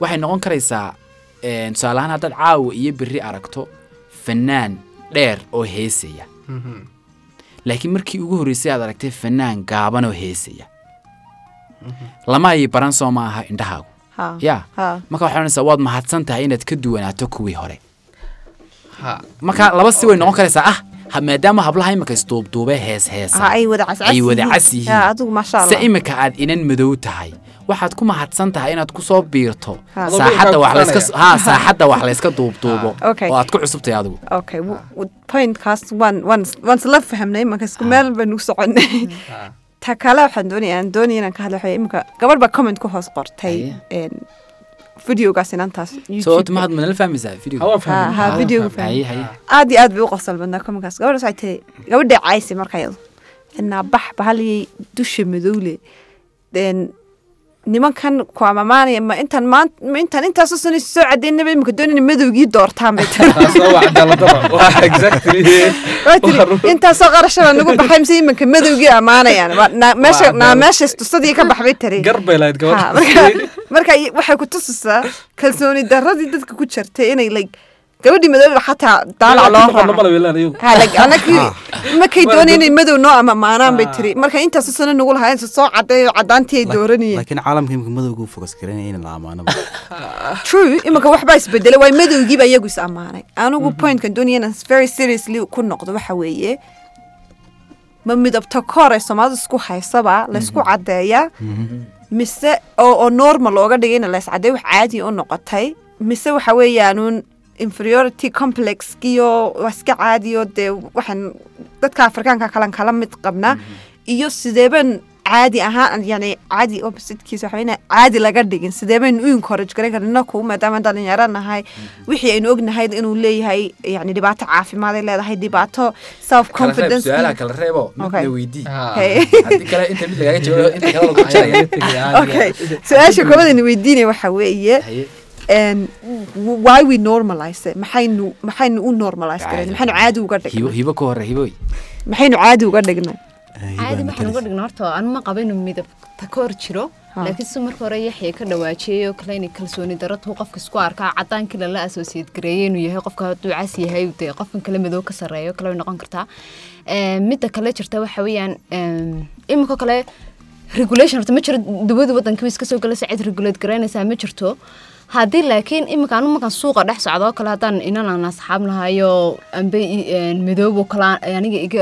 Speaker 1: waxay noqon karaysaa een, tusaale ahaan haddaad caawa iyo berri aragto fanaan dheer oo heesaya
Speaker 5: Mhm.
Speaker 1: laakiin markii ugu horreysay aad aragtay fanaan gaaban oo heesaya lama ay baran soo ma aha indhahaagu
Speaker 2: Ha.
Speaker 1: ya
Speaker 2: Ha.
Speaker 1: marka waxay onaysaa waad mahadsan tahay inaad ka duwanaato kuwii hore
Speaker 5: Ha.
Speaker 1: marka laba si way noqon karaysaa ah ha- maadaama hablaha imika isduubduubee hees heesa
Speaker 2: Ha, ay wada cas-cas
Speaker 1: ay wada
Speaker 2: yihiin.
Speaker 1: cas yihiin
Speaker 2: Ya, adigu masha Allah.
Speaker 1: se imika aad inan madow tahay waxaad ku mahadsan tahay inaad ku soo biirto
Speaker 2: Ha.
Speaker 5: Adoo
Speaker 1: saaxadda
Speaker 5: biirkaa
Speaker 1: wax layska
Speaker 5: ku faanaya.
Speaker 1: haa saaxadda wax layska duubduubo
Speaker 2: Ha. Okay.
Speaker 1: oo aad ku cusubtahay adigu
Speaker 2: Okay, w- w- pointkaas waan waan- waan isla fahamnay marka isku meel baynu u soconnay ta kale waxaan doonaya aan doonaya inaan ka hadlo waxaa imika gabarh baa comment ku hoos qortay een, videogaas inantaas
Speaker 1: sababta
Speaker 2: YouTube-ka.
Speaker 1: ma had manala fahmaysaa video
Speaker 2: Ha-
Speaker 5: Hawa fahmin.
Speaker 2: ha
Speaker 1: Ah,
Speaker 2: video
Speaker 1: fahmay. Haye, haye.
Speaker 2: aad iyo aad bay u qosol badnaa commentkaas gabadha waxay tiri gabadha caysi marka iyadu inaa bax bahalyay dusha madowle een nimankan kuamamaanaya ma intaan maan ma intaan intaasoo sana soo cadeynaba imika doonina madowgii doortaan bay tiri
Speaker 5: Taasna waa cadaaladaba. Waa exactly.
Speaker 2: waxay tiri
Speaker 5: Waa-
Speaker 2: intaasoo qarashaba nagu baxay mise iminka madowgii ammaanayaan Waa- naa- meesha naa meeshaas tusadii ka baxbay tiri
Speaker 5: Gar bay lahayd
Speaker 2: Ha,
Speaker 5: gabadha.
Speaker 2: marka marka i- waxay ku tusisaa kalsooni darradii dadka ku jirtay inay like gabadhii madowba xataa daalac loo
Speaker 5: Kunoqon
Speaker 2: raaco
Speaker 5: lama la welaan iyagu.
Speaker 2: Ah, ha like anagii markay
Speaker 5: Waa,
Speaker 2: dooneen
Speaker 5: dad-
Speaker 2: inay madow noo amamaanaan bay
Speaker 5: Ah.
Speaker 2: tiri marka intaas sana nagu lahaayeen se soo cadeeyo caddaantii ay dooranayeen
Speaker 4: laakiin caalamka imika madowga u fokas garanaya in la amaanaba
Speaker 2: true imanka waxbaa isbedelay waay madowgiiba iyagu is ammaanay
Speaker 5: Mm-hmm.
Speaker 2: anigu pointkan doonaya inaan very seriously ku noqdo waxa weeye ma midabta koor ay soomaalidu isku haysaba
Speaker 1: Mhm.
Speaker 2: laysku caddeeyaa mise oo oo normal looga dhigay in lays caddeey wax caadi u noqotay mise waxa weeyaanuun inferiority complexkiyo waa iska caadiyo dee waxaan dadka afrikaanka kalan kala mid qabna
Speaker 1: Mhm.
Speaker 2: iyo sideeban caadi ahaan yani caadi oppositekiisa waxa weyn caadi laga dhigin sideebaynu u encourage garan karnina kuwa maadaama dhalinyaro nahay
Speaker 1: Mhm.
Speaker 2: wixii aynu ognahay inuu leeyahay yani dhibaato caafimaad ay leedahay dhibaato self
Speaker 1: kala reeb
Speaker 2: confidence
Speaker 1: su-aalaha kala reebo
Speaker 2: Okay.
Speaker 1: midna weydii
Speaker 5: Ah.
Speaker 2: Hey.
Speaker 1: haddii kale inta mid lagaaga jawaabo inta kale lagu jaraya
Speaker 2: okay su-aasha koobadaynu weydiinaya waxa weeye
Speaker 1: Haye.
Speaker 2: and why we normalize it maxaynu maxaynu u normalize gareyn maxaynu caadi uga
Speaker 1: hibo
Speaker 2: dhignay
Speaker 1: hibo ka hore hiboy
Speaker 2: maxaynu caadi uga dhignay
Speaker 4: Eh,
Speaker 3: caadi maxaan uga dhigna horta anu ma qabaynu midab ta ka hor jiro
Speaker 2: Ha.
Speaker 3: laakiin si marka hore yaxya ka dhawaajiyey oo kale inay kalsooni darro tuu qofka isku arkaa cadaankii lala associate gareeyey inuu yahay qofka hadduu cas yahay dee qofkan kale madow ka sarreeyo kale way noqon kartaa Ee, midda kale jirta waxa weeyaan em, iminka kale regulation horta ma jiro dawada wadanka iska soo gala sacid regulate garaynaysaa ma jirto haddii laakiin iminka anu markaan suuqa dhex socdo oo kale haddaan inan aan asxaab nahayo ambe i- een madoobo kale aniga iga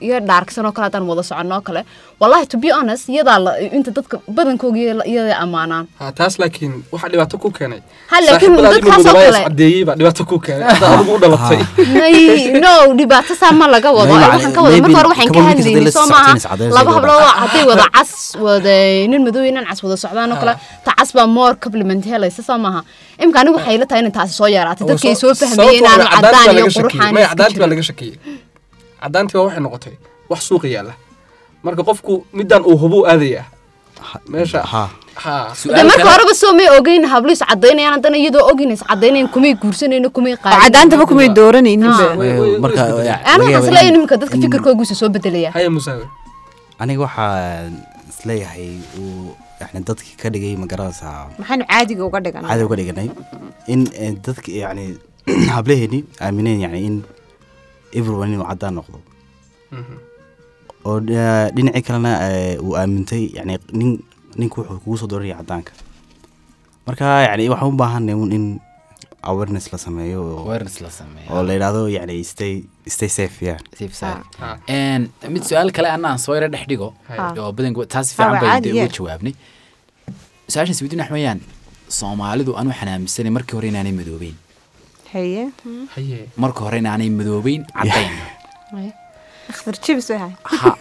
Speaker 3: iga dhaarksan oo kale haddaan wada soconno oo kale wallahi to be honest iyadaa la- inta dadka badankooga iyada- iyaday ammaanaan
Speaker 5: Ha, taas laakiin waxaa dhibaato ku keenay
Speaker 3: Ha, laakiin
Speaker 5: Saaxiibadaada
Speaker 3: dadkaas oo
Speaker 5: inuu madowaa
Speaker 3: kale.
Speaker 5: is-caddeeyey baa dhibaato ku keenay Hadda adigu u dhalatay
Speaker 3: May- no dhibaato saa ma laga wado
Speaker 4: Maybe-
Speaker 3: waxaan ka wada
Speaker 4: maybe
Speaker 3: marka hore waxaan ka
Speaker 4: kaba minkas
Speaker 3: hadlayni
Speaker 4: dayla
Speaker 3: soo maaha
Speaker 4: socotay, socday,
Speaker 3: laba
Speaker 4: socday.
Speaker 3: hablood oo hadday wada cas wada nin madow iyo nin cas wada socdaan oo kale ta cas baa more compliment helaysa soo maaha imka anigu waxay ila tahay inay taasi soo
Speaker 5: Oh,
Speaker 3: yeeraatay dadka ay soo fahmayeen
Speaker 5: Sababtoo
Speaker 3: inaan
Speaker 5: ah cadaantii
Speaker 3: cadaan iyo
Speaker 5: baa laga shakiyey.
Speaker 3: quruxaan
Speaker 5: Maya,
Speaker 3: iska
Speaker 5: cadaantii baa
Speaker 3: jirin.
Speaker 5: laga shakiyey cadaantii baa waxay noqotay wax suuqa yaala marka qofku midaan uu hubuu aadaya meesha
Speaker 4: ha
Speaker 5: ha
Speaker 3: Dee
Speaker 1: su-aal
Speaker 3: marka
Speaker 1: kale
Speaker 3: horeba soo may ogeyn hablo is cadaynayaan haddana iyadoo ogeyn is cadaynayan kumay guursanayno kumay
Speaker 2: oo
Speaker 3: qaadin
Speaker 2: cadaantaba kumay dooranaynba
Speaker 3: Ah.
Speaker 5: Way- way- way
Speaker 4: marka eh,
Speaker 5: isbedelaan.
Speaker 3: aniga waxaan
Speaker 4: laga yaabaa
Speaker 3: isleeyahay
Speaker 4: in-
Speaker 3: nimanka dadka fikirkooguusa soo bedelaya
Speaker 5: haya musaawi
Speaker 4: aniga waxaan isleeyahay uu yani dadkii ka dhigay magaranaysaa
Speaker 2: maxaynu caadiga uga
Speaker 4: caadi
Speaker 2: dhignay
Speaker 4: uga dhiganay in eh, dadka yani hableheeni aamineen yani in everyone inuu cadaan noqdo
Speaker 5: Mhm.
Speaker 4: oo eh, dhinacii kalena eh, uu aamintay yani nin ninku wuxuu kugu soo dooranaya cadaanka marka yani waxaan u baahanay un in awareness la sameeyo oo-
Speaker 1: awareness la sameeya
Speaker 4: oo la yidhaahdo yani stay stay safe yani
Speaker 1: safe side
Speaker 5: Ah.
Speaker 1: Een, mid su-aal kale anaan soo yara dhex dhigo
Speaker 5: Haye.
Speaker 1: oo badanku taasi
Speaker 2: Ah,
Speaker 1: fiican
Speaker 2: waa
Speaker 1: bay
Speaker 2: caadi,
Speaker 1: dee uga
Speaker 2: yeah.
Speaker 1: jawaabnay su-aashaas weydiin waxweyaan soomaalidu anu xanaamisanay markii hore inaanay madoobeyn
Speaker 2: haye
Speaker 5: haye
Speaker 1: marka hore inaanay madoobeyn cadayn
Speaker 2: akhtar jibis way ahay
Speaker 1: ha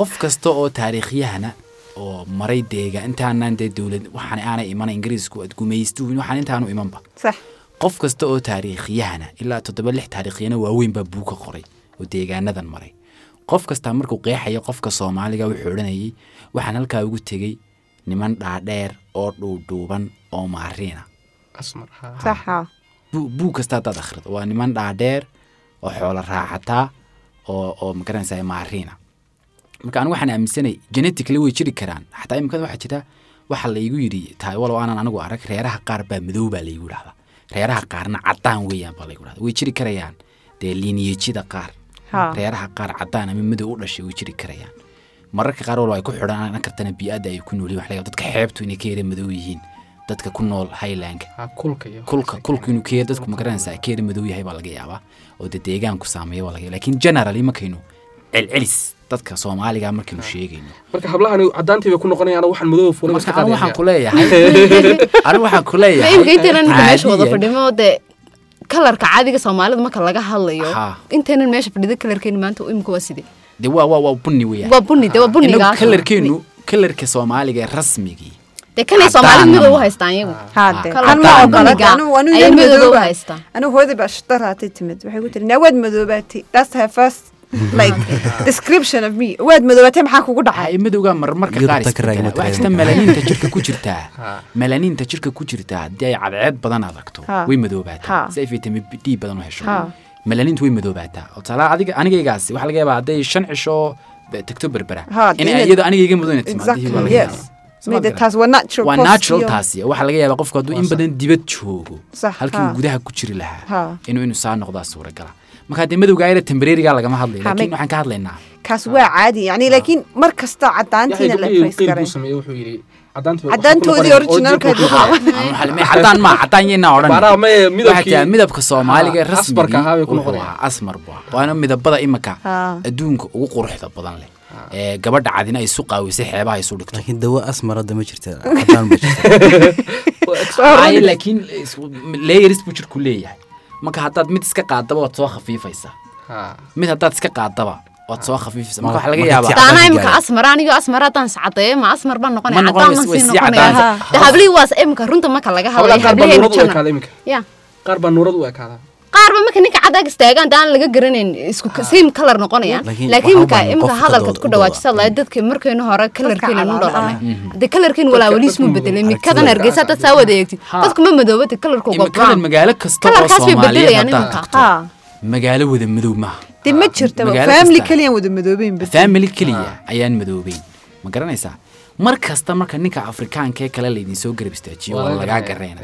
Speaker 1: qof kasta oo taariikhyahana oo maray deega intaanan dee dowlad waxaan aanay iman ingiriisku aad gumaystuwin waxaan intaanu imanba
Speaker 2: sax
Speaker 1: qof kasta oo taariikhyahana ilaa toddoba lix taariikhyana waaweyn baa buu ka qoray oo deegaanadan maray qof kastaa markuu qeexaya qofka soomaaliga ah wuxuu odhanayay waxaan halkaa ugu tegey niman dhaadheer oo dhuudhuuban oo maariina
Speaker 5: asmar ha
Speaker 2: sax ha
Speaker 1: buu buu kastaa hadaad akhrido waa niman dhaadheer oo xoolo raacataa oo oo magaranaysaa maariina marka anigu waxaan aaminsanay genetically way jiri karaan xataa imikada waxaa jira waxa laygu yidhi tahay walow aanan anigu arag reeraha qaar baa madow baa laygu dhahdaa reeraha qaarna cadaan weeyaan baa laygu dhahdaa way jiri karayaan dee liiniyejida qaar
Speaker 2: Ha.
Speaker 1: reeraha qaar cadaan ama madow u dhashay way jiri karayaan mararka qaar walo ay ku xidhan aanan kartana bii'adda ay ku noolyihin waxa laga yaabaa dadka xeebtu inay ka yara madow yihiin dadka ku nool highlandka
Speaker 5: ha kulka iyo
Speaker 1: kulka kulka inuu keer dadku magaranaysaa keer madow yahay baa laga yaabaa oo dee deegaanku saameeya baa laga yaabaa laakiin generally markaynu celcelis dadka soomaaliga ah markaynu sheegayno
Speaker 5: marka hablahan cadaantii bay ku noqonayaan anigu waxaan madow fuulay
Speaker 1: marka
Speaker 5: iska
Speaker 1: anigu waxaan
Speaker 5: qaadaya.
Speaker 1: ku leeyahay anigu waxaan ku leeyahay
Speaker 3: imka intaynan ninka meesha wada
Speaker 1: caadiyan-
Speaker 3: fadhimo dee kalarka caadiga soomaalida marka laga hadlayo
Speaker 1: Ha.
Speaker 3: intaynan meesha fadhida kalarkeeni maanta imka waa sidee
Speaker 1: dee waa waa waa bunni weeyaan
Speaker 3: waa bunni, dee waa
Speaker 1: Ah,
Speaker 3: bunnigaas.
Speaker 1: inagu kalarkeenu kalarka soomaaliga ee rasmigii
Speaker 3: dee kanay soomaalid midow u haystaan iyagu
Speaker 2: هذا
Speaker 1: كلا
Speaker 2: كان ما
Speaker 1: طعم.
Speaker 2: أقولك
Speaker 3: بنيقة.
Speaker 2: أنا وأنا
Speaker 3: أي
Speaker 2: يعني
Speaker 3: مدو
Speaker 2: مذوبة.
Speaker 3: هايستا.
Speaker 2: أنا هو ذي بأشترها تتمد وحي قلت لي واد مذوباتي that's her first like description of me واد مذوباتي maxaa kugu dhacay
Speaker 1: waxay madowga marmarka
Speaker 4: Yurubta
Speaker 1: qaar
Speaker 4: ka raagma
Speaker 1: isbedela waxaa
Speaker 4: tahay.
Speaker 1: jirta melaniinta jirka ku jirtaa
Speaker 5: Ha.
Speaker 1: melaniinta jirka ku jirtaa haddii ay cadceed badan adagto
Speaker 2: Ha.
Speaker 1: way
Speaker 2: Ha.
Speaker 1: madoobaataa si ay vitamin d badan u hesho
Speaker 2: Ha.
Speaker 1: melaniinta way madoobaataa oo tusaale adiga anigaygaasi waxaa laga yaabaa hadday shan cisho de- tagto berbera
Speaker 2: Ha,
Speaker 1: in
Speaker 2: inaad-
Speaker 1: iyado aniga iga madow inay
Speaker 2: exactly
Speaker 1: timaado
Speaker 2: yes made taas waa natural
Speaker 1: waa
Speaker 2: cost
Speaker 1: natural
Speaker 2: iyo-
Speaker 1: taasi waxaa laga yaabaa qofku hadduu in badan dibad joogo
Speaker 2: Sax,
Speaker 1: halkii
Speaker 2: ha.
Speaker 1: uu gudaha ku jiri
Speaker 2: Ha.
Speaker 1: lahaa inuu inuu saa noqdaa suuragala marka dee madowga ayada tembreriga lagama hadlayo
Speaker 2: Ha,
Speaker 1: laakiin
Speaker 2: ma-
Speaker 1: waxaan ka hadlaynaa
Speaker 2: kaas waa caadi yani laakiin mar kasta
Speaker 5: Yaxay
Speaker 2: cadaantiina la
Speaker 5: gabdhihii
Speaker 2: efrays
Speaker 5: qiil buu
Speaker 2: garay
Speaker 5: sameeyey wuxuu yidhi cadaantoodi
Speaker 2: cadaantoodii originalkeed
Speaker 5: اه.
Speaker 2: waxaa
Speaker 1: آه. cadaan ma cadaan yeena
Speaker 5: Baaraha
Speaker 1: odhan
Speaker 5: ma ee midabkii-
Speaker 1: Waxaa tiraa midabka soomaaliga
Speaker 5: Ah, asbarka ahaa bay ku
Speaker 1: rasmigiiwuxuu
Speaker 5: noqonayaan.
Speaker 1: ahaa asmar bu ahaa. waana midabada imika
Speaker 2: Ah.
Speaker 1: adduunka ugu quruxda badan leh ee gabadha cadina isu qaawisay xeebaha isu dhigto
Speaker 4: laakiin dawo asmarada ma jirta cadaan ma jirta
Speaker 1: Ay, laakiin isku- layers buu jirku leeyahay marka haddaad mid iska qaadaba waad soo khafiifaysa mid haddaad iska qaadaba waad soo khafiifaysa marka waxaa laga
Speaker 4: Marka
Speaker 1: yaabaa
Speaker 4: ticaa-
Speaker 3: taana
Speaker 4: Cadaan
Speaker 3: imika
Speaker 4: gaara.
Speaker 3: asmara anigo asmara haddaan sacadayo ma asmar baan noqonaya
Speaker 1: Ma
Speaker 3: cadaan baan
Speaker 1: noqonaysa, way
Speaker 3: sii
Speaker 1: sii
Speaker 3: noqonaya
Speaker 1: cadaan.
Speaker 3: dee hablihii waas imika runta marka laga hadlaya hablihii jana ya
Speaker 5: qaar baa nuurad u ekaada
Speaker 3: qaarba marka ninka cadaag istaagaan daan laga garanayn isku
Speaker 1: Ah.
Speaker 3: same color noqonayaan
Speaker 4: Laakiin
Speaker 3: laakiin imika
Speaker 4: waxaa u baahan
Speaker 3: imika
Speaker 4: qof
Speaker 3: hadalkaad
Speaker 4: dadooda
Speaker 3: ku
Speaker 4: u
Speaker 3: dhawaajisa
Speaker 4: dhawaa.
Speaker 3: lahay dadkii markaynu hore kalarkiina nu
Speaker 2: calaalo
Speaker 3: dhalanay
Speaker 1: Mm-hmm.
Speaker 3: haddee kalarkiin walaa
Speaker 5: Dadka-
Speaker 3: weli ismu
Speaker 5: dadka
Speaker 3: bedelay
Speaker 5: mu-
Speaker 3: mikadan
Speaker 5: aragtida-
Speaker 3: hargeysa dad saa wada eegtid
Speaker 1: Ha.
Speaker 3: dadku ma madoobata kalarkooga
Speaker 1: Imikadan magaalo kasta oo
Speaker 3: kalarkaas bay
Speaker 1: Soomaaliyeed
Speaker 3: bedelayaan
Speaker 1: haddaad
Speaker 3: imika
Speaker 1: tagto. magaalo wada madow maaha
Speaker 2: dib ma jirta
Speaker 1: magaalo
Speaker 2: family
Speaker 1: kasta.
Speaker 2: kaliya wada madoobeyn bas
Speaker 1: family keliya
Speaker 2: Ah.
Speaker 1: ayaan madoobeyn ma garanaysaa mar kasta marka ninka afrikaanka ee kale laydin soo garab istaajiyo waa lagaa garayna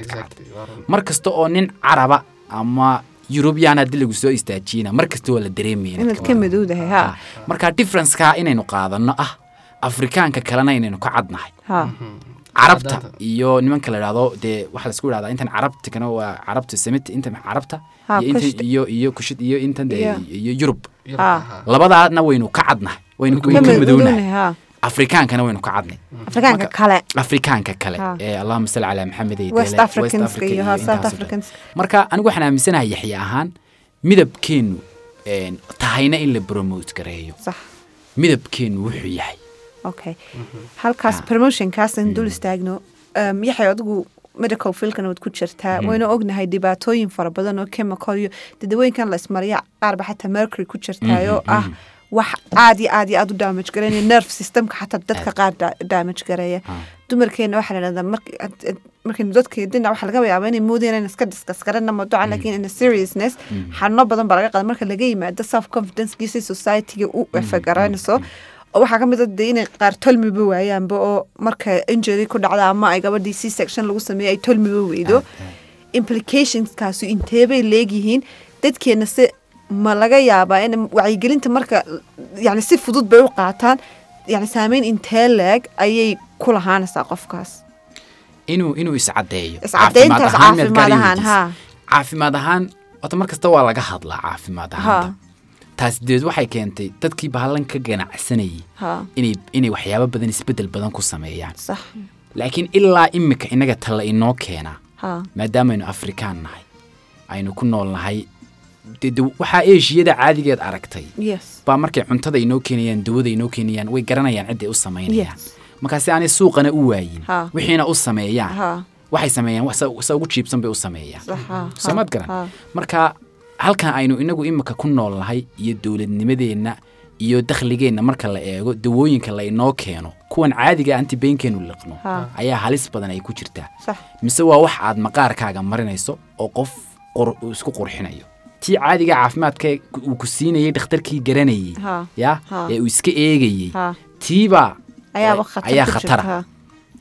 Speaker 1: mar kasta oo nin caraba ama yurubiyan haddii lagu soo istaajiyena mar kasta waa la dareemaya
Speaker 2: inaad ka madowdahay ha
Speaker 1: marka differenceka inaynu qaadanno ah afrikaanka kalena inaynu ka cadnahay
Speaker 2: ha
Speaker 1: carabta
Speaker 5: Caddaanta.
Speaker 1: iyo nimanka la dhahdo dee waxaa laisku dhahdaa intan carabta kana waa carabta semita intan carabta
Speaker 2: Ha,
Speaker 1: iyo intan-
Speaker 2: Kushit.
Speaker 1: iyo iyo kushid iyo intan dee-
Speaker 2: Yeah.
Speaker 1: iyo yurub
Speaker 2: ha
Speaker 1: labadaana waynu ka cadnahay waynu
Speaker 5: Ka
Speaker 1: ka
Speaker 2: madownahay,
Speaker 1: madownahay
Speaker 2: ha.
Speaker 1: afrikaankana waynu ka cadnay
Speaker 2: afrikaanka kale
Speaker 1: afrikaanka kale
Speaker 2: Ha.
Speaker 1: ee allahuma salli calaa maxamed ay
Speaker 2: West
Speaker 1: deele,
Speaker 2: Africans-ka
Speaker 1: Africa
Speaker 2: iyo, ha, South
Speaker 1: intaasoo dhan.
Speaker 2: Africans-ka.
Speaker 1: marka anigu waxaan aaminsanahay yaxya ahaan midabkeennu een, tahayna in la bromote gareeyo
Speaker 2: sax
Speaker 1: midabkeennu wuxuu yahay
Speaker 2: okay halkaas promotionkaasaan dul istaagno Em, yaxay adigu medical fieldkana waad ku jirtaa wayna ognahay dhibaatooyin fara badan oo chemical iyo dee dawooyinkan la ismariya qaarba xataa mercury ku jirtaayoo ah wax aad iyo aad iyo aad u damage gareynaya nerve systemka xataa dadka qaar da- damage gareeya dumarkeena waxaa ladhahdaa mark- ad- ad- markaynu dadka dhinac waxaa laga yaabaa inay moodeen inay iska diskas garanna mawduuca laakiin in a seriousness xanuuno badan baa laga qaada marka laga yimaado self confidencekiisa iyo societyga u efe garanayso oo waxaa ka mid a dee inay qaar tolmiba waayaanba oo marka injury ku dhacda ama ay gabadhii c section lagu sameeyo ay tolmiba weydo implicationskaasu inteebay leegyihiin dadkeena se ma laga yaabaa in wacyigelinta marka yani si fudud bay u qaataan yani saameyn intee leeg ayay ku lahaanaysaa qofkaas
Speaker 1: inuu inuu iscadeeyo
Speaker 2: Iscadeyntaas
Speaker 1: Caafimaad ahaan miyaad gaari
Speaker 2: caafimaad ahaan,
Speaker 1: weydiisay?
Speaker 2: haa.
Speaker 1: caafimaad ahaan wata mar kasta waa laga hadlaa caafimaad ahaan
Speaker 2: Haa.
Speaker 1: taas dabeed waxay keentay dadkii bahallan ka ganacsanayay
Speaker 2: Haa.
Speaker 1: inay inay waxyaabo badan isbedel badan ku sameeyaan
Speaker 2: sax
Speaker 1: laakiin ilaa imika innaga talla inoo keenaa
Speaker 2: Haa.
Speaker 1: maadaamaaynu afrikaan nahay aynu ku nool nahay dee de waxaa eeshiyada caadigeed aragtay
Speaker 2: yes
Speaker 1: baa markay cuntada inoo keenayaan dawada inoo keenayaan way garanayaan ciday u samaynayaan
Speaker 2: Yes.
Speaker 1: markaasi aanay suuqana u waayin
Speaker 2: Ha.
Speaker 1: wixiina u sameeyaan
Speaker 2: Ha.
Speaker 1: waxay sameeyaan wax sa- sa ugu jiibsan bay u sameeyaan
Speaker 2: Sax, ha,
Speaker 1: soo maad
Speaker 2: ha, ha.
Speaker 1: garan marka halkan aynu inagu imika ku nool nahay iyo dowladnimadeenna iyo dakhligeenna marka la eego dawooyinka laynoo keeno kuwan caadiga anti beenkeenu liqno
Speaker 2: Ha.
Speaker 1: ayaa halis badan ay ku jirtaa
Speaker 2: Sax.
Speaker 1: mise waa wax aad maqaarkaaga marinayso oo qof qor- uu isku qurxinayo tii caadiga caafimaadka ee ku- uu ku siinayay dhakhtarkii garanayay
Speaker 2: Ha.
Speaker 1: ya
Speaker 2: Ha.
Speaker 1: ee uu iska eegayay
Speaker 2: Ha.
Speaker 1: tiibaa
Speaker 2: ayaaba khatar
Speaker 1: ayaa
Speaker 2: ku
Speaker 1: khatara
Speaker 2: jirta.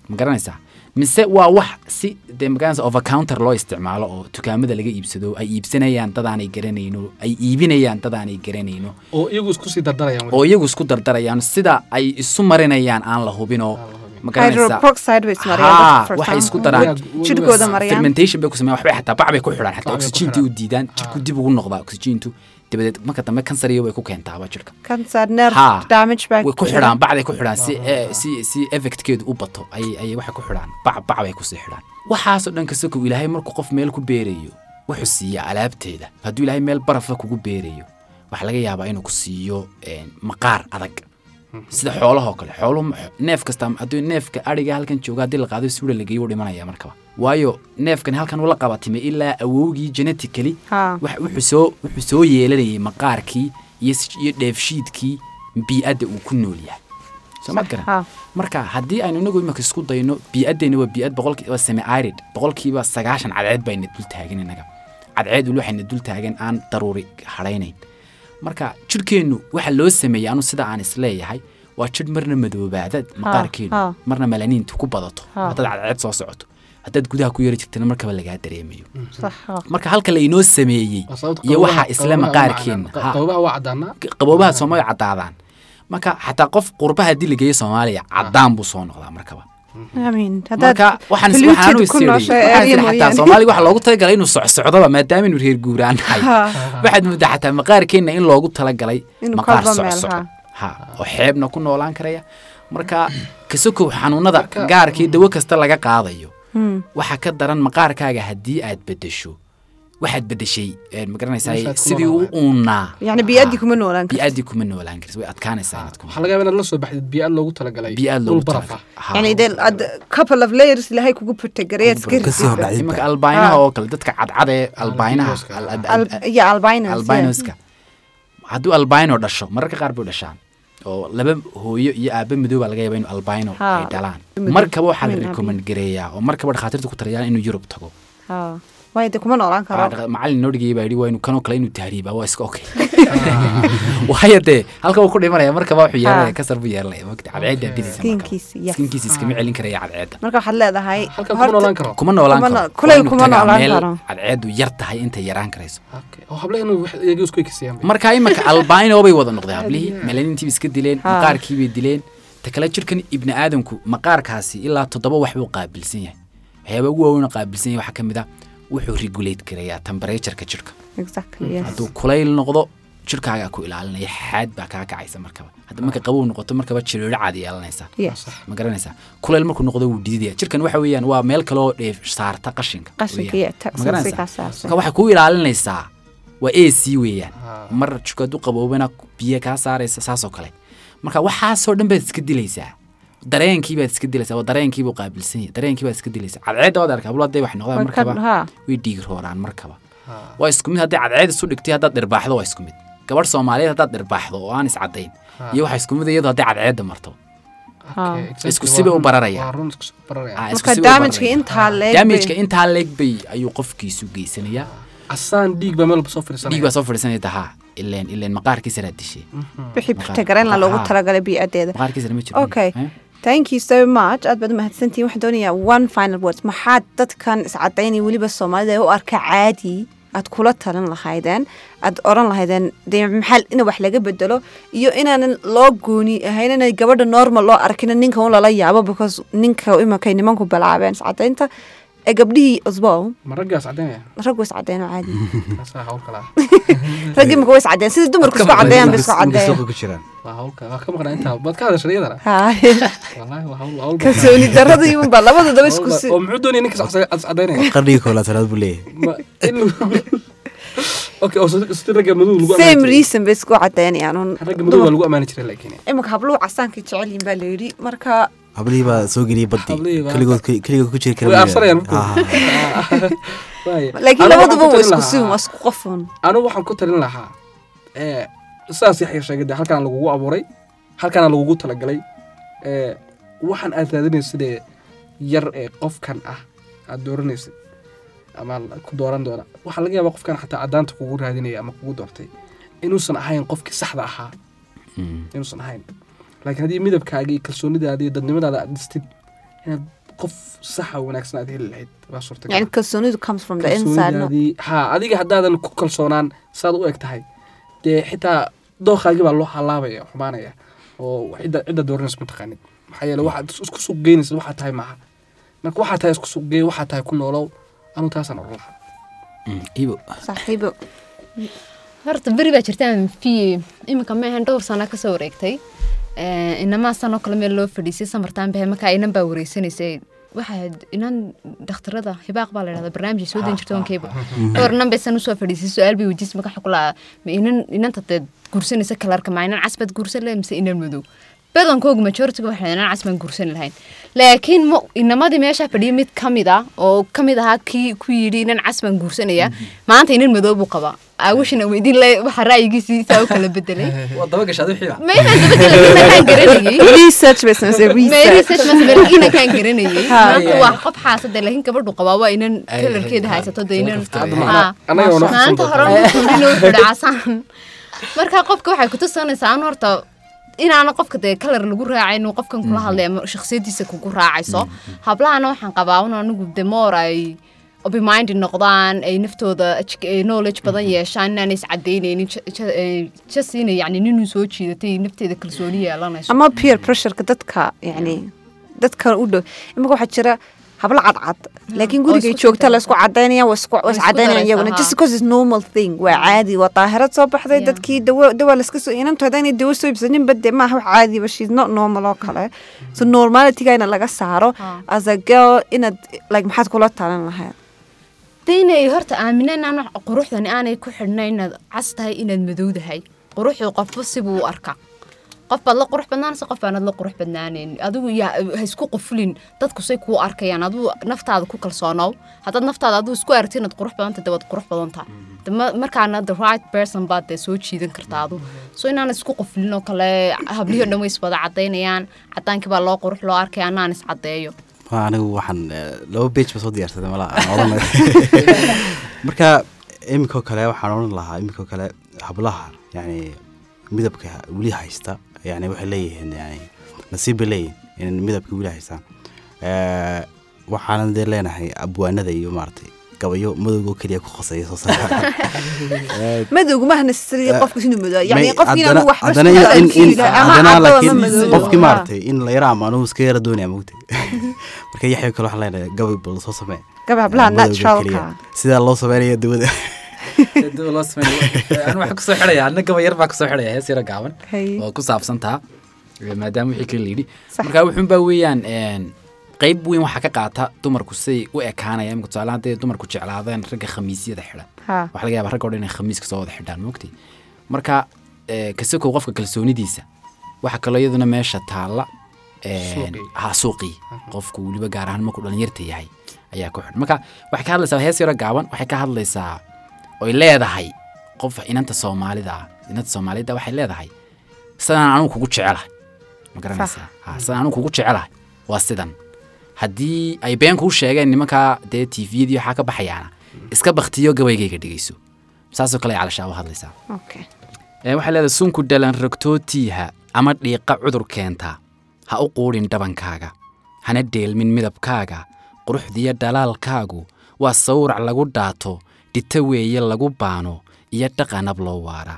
Speaker 1: ma garanaysaa mise waa wax si dee magaranaysa over counter loo isticmaalo oo dukaamada laga iibsado ay iibsanayaan dadaanay garanayno ay iibinayaan dadaanay garanayno
Speaker 5: oo iyagu isku sii dardarayaan weli.
Speaker 1: oo iyagu isku dardarayaan sida ay isu marinayaan aan la hubinoo ma
Speaker 2: Hydroperoxide way ismariyaan
Speaker 1: Haa,
Speaker 2: dadka for
Speaker 1: waxay
Speaker 2: some-
Speaker 1: isku daraan
Speaker 5: Waag-
Speaker 2: jidhkooda
Speaker 5: waag-
Speaker 2: mariyaan
Speaker 1: fermentation bay ku sameeyaan waxbay xataa bac bay ku xidhaan xataa
Speaker 5: Bac bay ku
Speaker 1: oxygeenti u
Speaker 5: xidhaan. Ah.
Speaker 1: diidaan jidhku dib ugu noqdaa oxygeento dabadeed marka dambe kansariyo way ku keentaa jirka
Speaker 2: cancer nerve
Speaker 1: Haa.
Speaker 2: damage baa
Speaker 1: way ku xidhaan bacday ku xidhaan si eh, si si effectkeedu u bato ayay ayay waxay ku xidhaan bac bac bay kusii xidhaan waxaasoo dhan kasokow ilaahay markuu qof meel ku beerayo wuxuu siiya alaabteeda hadduu ilaahay meel barafa kugu beerayo waxaa laga yaabaa inuu ku siiyo een, maqaar adag sida xoolahoo kale xooluhu ma- neef kasta hadduu neefka ariga halkan jooga haddii la qaado suura la geeyo wuu dhimanaya markaba waayo neefkan halkan ula qabatime ilaa awowgii genetically
Speaker 2: haa
Speaker 1: wax- wuxuu soo wuxuu soo yeelanayay maqaarkii iyo s- iyo dheefshiidkii bii'adda uu ku nool yahay soo maad garan
Speaker 2: haa
Speaker 1: marka haddii aynu inagu imika isku dayno bii'addeenna waa bii'ad boqolkiiba semi irid boqolkiiba sagaashan cadceed bayna dul taagan innaga cadceed ul waxayna dul taagan aan daruuri hadhaynayn marka jidhkeennu waxa loo sameeyey anu sida aan isleeyahay waa jidh marna madoobaada
Speaker 2: ha.
Speaker 1: maqaarkeenu marna malaniinta ku badato
Speaker 2: Ha.
Speaker 1: haddaad cadceed soo socoto haddaad gudaha ku yara jirtana markaba lagaa dareemayo
Speaker 2: sax haa
Speaker 1: marka halka lainoo sameeyey iyo waxaa isla maqaarkeenna Ha.
Speaker 5: qabaha waa cadaanaa
Speaker 1: qaboobaha soomaaliya caddaadaan marka xataa qof qurbaha haddii la geeyo soomaaliya caddaan buu soo noqdaa markaba
Speaker 2: amiin
Speaker 1: marka waxaan is- waxaan u
Speaker 2: ku noosho
Speaker 1: isiriyey- waxaan
Speaker 2: eeriya
Speaker 1: isiriyey xataa
Speaker 2: mooyaane
Speaker 1: soomaaliga waxaa loogu talagalay inuu socsocdoba maadaama aynu reer guuraan nahay
Speaker 2: haa
Speaker 1: waxaad moodaa xataa maqaarkeenna in loogu talagalay
Speaker 2: Inuu
Speaker 1: maqaar
Speaker 2: kalba meel,
Speaker 1: socsoco
Speaker 2: haa.
Speaker 1: ha oo xeebna ku noolaan karaya marka kasokow xanuunada
Speaker 5: Marka-
Speaker 1: gaarkii dawo kasta laga qaadayo
Speaker 2: Hmm.
Speaker 1: waxaa ka daran maqaarkaaga haddii aad bedesho waxaad bedeshay eh, ma garanaysaa
Speaker 5: Meeshaad ku
Speaker 1: sidii u
Speaker 5: noolaayeen.
Speaker 1: uunaa
Speaker 2: yacni biyaddii
Speaker 1: Ha.
Speaker 2: kuma noolaan karto
Speaker 1: biaadii kuma noolaan kartid way adkaanaysaa inaad ku
Speaker 5: waxaa laga yaabaa inaad la soo baxdid biyaad loogu talagalay
Speaker 1: biaad
Speaker 5: dhul
Speaker 1: loogu
Speaker 5: baraf
Speaker 1: talagalay.
Speaker 5: ah
Speaker 1: Ha.
Speaker 2: yacni dee ad couple of layers ilahay kugu protagareed
Speaker 4: Kasii hor dhacay.
Speaker 1: imanka albaynaha
Speaker 2: Ah.
Speaker 1: oo kale dadka cadcad ee albaynaha
Speaker 5: albinos-ka.
Speaker 1: al- al- al-
Speaker 2: iyo albinos
Speaker 1: albinoska hadduu albino dhasho mararka qaar bay dhashaan oo laba hooyo iyo aaba madoobaa laga yaaba inuu albino
Speaker 2: Ha.
Speaker 1: ay dhalaan
Speaker 2: Madow.
Speaker 1: markaba waxaa la
Speaker 2: Min abi.
Speaker 1: recommend gareeyaa oo markaba dhakhaatiirta ku taliyaan inuu yurub tago
Speaker 2: haa waayo dee kuma noolaan
Speaker 1: Waa
Speaker 2: karo
Speaker 1: dhaqa- macallin noo dhigayay baa yidhi waa inuu kanoo kale inuu tahriiba waa iska okay waayo dee halka uu ku dhimanaya markaba wuxuu yeelanaya
Speaker 2: Ha.
Speaker 1: kasar buu yeelanaya maogta cadceedda
Speaker 5: Okay.
Speaker 1: bidisa
Speaker 2: Ah. Skinkiisa, yes.
Speaker 1: skinkiisa iskama celin karaya cadceedda
Speaker 2: marka waxaad leedahay
Speaker 5: halkan kuma noolaan karo
Speaker 1: kuma noolaan
Speaker 2: Ah. Kuma
Speaker 1: karo
Speaker 2: noo- kuleyl
Speaker 1: Waa inuu
Speaker 2: kuma
Speaker 1: tagaa
Speaker 2: noolaan
Speaker 1: meel
Speaker 2: karo.
Speaker 1: cadceeddu yar tahay intay yaraan karayso
Speaker 5: Okay. oo hablaha inuu wax iyaga isku ekisiyaan bay.
Speaker 1: marka imaka albino bay wada noqdeen hablihii melaniintii bay iska dileen
Speaker 2: Ha.
Speaker 1: maqaarkii bay dileen ta kale jirkan ibni aadamku maqaarkaasi ilaa toddoba wax buu qaabilsan yahay waxyaaba ugu waaweyn oo qaabilsan yahay waxaa ka mid ah wuxuu regulate garayaa temperaturekka jirka
Speaker 2: exactly yes
Speaker 1: hadduu kulayl noqdo jirkaagaa ku ilaalinaya xaad baa kaa kacaysa markaba hadda marka qabow noqoto markaba jireero caad yeelanaysaa
Speaker 2: yes
Speaker 1: ma garanaysaa kulayl markuu noqdo wuu dididaya jirkan waxa weeyaan waa meel kale oo dheef saarta qashinka
Speaker 2: qashinka
Speaker 1: weeyaan.
Speaker 2: iyo ta-
Speaker 1: Ma garanaysaa?
Speaker 2: saasikaas saarta.
Speaker 1: Marka waxay kuu ilaalinaysaa waa a c weeyaan
Speaker 5: Ah.
Speaker 1: mar jukadu qaboobana biyo kaa saaraysa saasoo kale marka waxaasoo dhan baad iska dilaysaa dareenkii baad iska dilaysaa waa dareenkii buu qaabilsan yahay dareenkii baad iska dilaysaa cadceedda waad arkaa bul hadday wax noqdaan
Speaker 2: Waa ka-
Speaker 1: markaba
Speaker 2: haa.
Speaker 1: way dhiig rooraan markaba
Speaker 5: Ha.
Speaker 1: waa isku mid haddii cadceed isu dhigtay haddaad dhirbaaxdo waa isku mid gabadh soomaaliyeed haddaad dhirbaaxdo oo aan iscadayn iyo waxaa isku mid iyadu hadday cadceedda marto
Speaker 2: Ha.
Speaker 5: Okay, exactly.
Speaker 1: Isku siba u
Speaker 5: Waa run-
Speaker 1: bararaya.
Speaker 5: waa run isku siba u bararaya.
Speaker 1: Ah, isku
Speaker 2: marka
Speaker 1: si way
Speaker 2: damajka
Speaker 1: bararayaan.
Speaker 2: intaa leeg
Speaker 1: damageka intaa leeg bay ayuu qofkiisu geysanayaa
Speaker 5: asaan dhiig baa meel soo fadhiisanaya.
Speaker 1: dhiig baa soo fadhiisanaya tahaa ileen ileen maqaarkiisana dishay
Speaker 2: wixii protagareyn la loogu
Speaker 1: Haa.
Speaker 2: talagalay biyadeeda
Speaker 1: maqaarkiisana ma jiro
Speaker 2: okay
Speaker 1: Eh?
Speaker 2: thank you so much aad baad umahadsantihin waxaan doonayaa one final word maxaad dadkan iscadaynaya weliba soomaalida ee u arka caadi aad kula talin lahaydeen aad oran lahaydeen dee maxaa in wax laga bedelo iyo inaanan loo gooni ahayn inay gabadha normal loo arkin ninkan un lala yaabo because ninka imankay nimanku balaabeen iscadaynta ee gabdhihii usbow
Speaker 5: Ma raggaa iscadeynaya?
Speaker 2: raggu iscadeeno caadi
Speaker 1: Hmm.
Speaker 5: Kaasaa hawl kale ah.
Speaker 2: raggii marka way iscadeen sidii dumarku isku cadeeyaan bay isku cadeeyaan
Speaker 4: suuqa ku jiraan
Speaker 5: Waa hawl kale. Waa ka maqnaa intaa. Baad ka hadashay iyadana?
Speaker 2: Haa.
Speaker 5: Wallaahi waa hawl- hawl ballaaran.
Speaker 2: kalsooni darada iyo unbaa labada daba isku
Speaker 5: Hawl ballaaran.
Speaker 2: si
Speaker 5: Oo muxuu doonaya ninka iscadey- iscadeynaya?
Speaker 4: qarnigii koowaad sanaad buu leeyahay
Speaker 5: Ma- in- Okay, oo sidii- sidii ragga madow lagu
Speaker 2: same
Speaker 5: ammaani jiray.
Speaker 2: reason bay isku cadeynayaan un
Speaker 5: ragga madow baa lagu ammaani jiray laakiin.
Speaker 2: imanka habluhu casaankay jecel yihin baa layidhi marka
Speaker 4: hablihii baa soo geliyay
Speaker 5: Hablihii
Speaker 4: badii
Speaker 5: baa-
Speaker 4: keligood keligood ku jiri
Speaker 5: Way
Speaker 4: kara
Speaker 5: absanayaan markuu-
Speaker 4: Ah.
Speaker 5: Waaye.
Speaker 2: laakiin
Speaker 5: Anigu waxaan
Speaker 2: labaduba
Speaker 5: ku
Speaker 2: waa
Speaker 5: talin
Speaker 2: isku
Speaker 5: lahaa-
Speaker 2: siwin waa isku qofuun
Speaker 5: anigu waxaan ku talin lahaa ee, saas yaxya sheegay dee halkaana lagugu abuuray halkaana lagugu talagalay ee, waxaan aad raadinaysid ee yar ee qofkan ah aad dooranaysid ama la- ku dooran doona waxaa laga yaabaa qofkan xataa caddaanta kugu raadinaya ama kugu doortay inuusan ahayn qofkii saxda ahaa
Speaker 1: Mm.
Speaker 5: inuusan ahayn laakiin haddii midabkaaga iyo kalsoonidaada iyo dadnimadaada aad dhistid inaad qof saxa oo wanaagsan aad heli lahayd baa suurtagal
Speaker 2: yani kalsoonidu comes from the inside no?
Speaker 5: kalsoonidaadii haa adiga haddaadan ku kalsoonaan saad u eg tahay dee xitaa dooqaagii baa loo halaabaya xumaanaya oo cidda cidda dooranaysa mataqaanid maxaa yeele waxaad is- isku suuq geynaysa waxaa tahay maaha marka waxaa tahay isku suuq geey waxaa tahay ku noolow anu taasaan odhan lahaa
Speaker 1: Mm. ibo
Speaker 2: saaxiibo
Speaker 3: horta beri baa jirtaan fi iminka maahan dhowr sana kasoo wareegtay Eh, inamaa sanoo kale meel loo fadhiisay samartaan bahemaka inan baa wareysanaysay waxay ahayd inaan dhakhtarada hibaaq baa la dhahdaa barnaamij soo dan jirta onkeyba dhowr inan baysaan usoo fadhiisay su-aal bay wejis magaxa ku lahaa ma inan inanta dee guursanaysa kalarka ma inan casbad guursan lahayn mise inan madow badankoogu majoritiga waxay inaan casban guursan lahayn laakiin mu- inamadii meeshaa fadhiyay mid ka mid ah oo ka mid ahaa kii ku yidhi inan casban guursanaya maanta inan madow buu qabaa awishana weydiin le waxaa ra'yigiisii saa u kala bedelay
Speaker 6: waa daba gashaad wixii ah. ba
Speaker 3: ma inaan dabadela inakaan garanayay
Speaker 2: research bay samaysay
Speaker 3: mary
Speaker 2: research
Speaker 3: sechmasbergina kaan garanayay
Speaker 2: Ha,
Speaker 3: maanta waa qof xaasada laakiin gabadhu qabaa waa inan
Speaker 1: Ah, Ay,
Speaker 3: kalarkeeda
Speaker 1: ay,
Speaker 3: haysato de
Speaker 1: ay,
Speaker 3: inan
Speaker 1: ay, ay,
Speaker 3: Ha,
Speaker 5: anaga una
Speaker 3: maanta hore inuu fidhacasaan marka qofka waxay kutusanaysaa an horta inaana qofka dee kalar lagu raacay inuu qofkan kula
Speaker 1: Mm-hmm.
Speaker 3: hadlay ama shakhsiyadiisa kugu raacayso hablahana waxaan qabaa un anigu de more ay obiminded noqdaan ay naftooda edu- eh, knowledge badan
Speaker 1: Mm-hmm.
Speaker 3: yeeshaan inaanay iscadeynaynin just inay eh, yani ninuu soo jiidatay nafteeda kalsooni yeelanayso
Speaker 2: ama peer pressureka dadka yani dadka u dhow imika waxaa jira habla cadcad laakiin gurigay
Speaker 3: isku
Speaker 2: joogta
Speaker 3: fikiran.
Speaker 2: laisku cadaynaya
Speaker 3: Way isku
Speaker 2: wascadaynaya
Speaker 3: daraysaa,
Speaker 2: iyaguna
Speaker 3: ha.
Speaker 2: just because it's normal thing waa caadi waa daahirad soo baxday
Speaker 3: Yeah.
Speaker 2: dadkii dawa dawa laska soo inantu hadaynay dawo soo ibsanin bade maaha wax caadi ba she's not normal oo kale so normalitiga ina laga saaro
Speaker 3: Ha.
Speaker 2: as a girl inaad like maxaad kula talan lahayd
Speaker 3: daynay horta aamineen aan quruxdani aanay ku xidhnayn inaad cas tahay inaad madowdahay quruxuu qofba sibuu u arkaa qof baad la qurux badnaan se qof baanad la qurux badnaanayn adigu yaa ha isku qufulin dadku say kuu arkayaan adigu naftaada ku kalsoonow haddaad naftaada adigu isku aragti inaad qurux badanta de waad qurux badanta De ma- markaana the right person baad dee soo jiidan kartaa adigu so inaan isku qufulin oo kale hablihii o dhan way iswada cadaynayaan cadaankii baa loo qurux loo arkaya anaan iscadeeyo
Speaker 4: waa anigu waxaan eh, laba page ba soo diyaarsaday malaa aan odhanay marka iminkoo kale waxaan odhan lahaa iminkoo kale hablaha yani midabka weli haysta yani waxay leeyihiin yani nasiib bay leeyihin in midabka weli haystaan Eh, waxaanan dee leenahay abwaanada iyo maaragtay gabayo madowgoo keliya ku qasaya soo saara
Speaker 2: madowguma hanasri qofka sinu madow yani
Speaker 4: May-
Speaker 2: qofkii inaan
Speaker 4: haddana-
Speaker 2: wax
Speaker 4: haddana in- in- in- haddana laakiin qofkii
Speaker 2: ma
Speaker 4: maaragtay in la yara ama anugu iska yara doonaya mogtay marka yaxyo kale waxaan leenahay gabay bal soo samee
Speaker 2: gabay hablaha
Speaker 4: Madowga
Speaker 2: naturalka
Speaker 4: keliya. sidaa loo sameynaya dawada
Speaker 6: daba loo sameynaya anu waxaan kusoo xidhaya anna gaba yar baa kusoo xidhaya hees yara gaaban
Speaker 2: Hay.
Speaker 1: eh, oo ku saabsan taa maadaama wixii kale layidhi
Speaker 2: Sax.
Speaker 1: marka wuxuunbaa weeyaan een, qayb weyn waxaa ka qaata dumarku say u ekaanaya imika tusaale ahaan dee dumarku jeclaadeen ragga khamiisyada xidhan
Speaker 2: Ha.
Speaker 1: waxaa laga yaaba ragga oo dhan inay khamiiska soo wada xidhaan mogtay marka ee, kasakow qofka kalsoonidiisa waxaa kaloo iyaduna meesha taalla een,
Speaker 5: Suuqii.
Speaker 1: ha suuqii qofku weliba gaar ahaan markuu dhallinyarta yahay ayaa ku xidhan marka waxay ka hadlaysaa hees yaro gaaban waxay ka hadlaysaa oy leedahay qof inanta soomaalida ah inanta soomaalida waxay leedahay sidaan anugu kugu jecelahay ma garanaysaa Ha, sidaan anugu kugu jecelahay waa sidan haddii ay been kuu sheegeen nimankaa dee tviyadii waxaa ka baxayaana iska baktiyo gabaygayga dhegeyso saasoo kale ay calashaa u hadlaysaa
Speaker 2: okay
Speaker 1: Ee, waxay leedahay sunku dhalan rogtootiiha ama dhiiqa cudur keentaa ha u quudhin dhabankaaga hana dheelmin midabkaaga quruxdiyo dhalaalkaagu waa sawrac lagu dhaato dhita weeye lagu baano iyo dhaqanab loo waara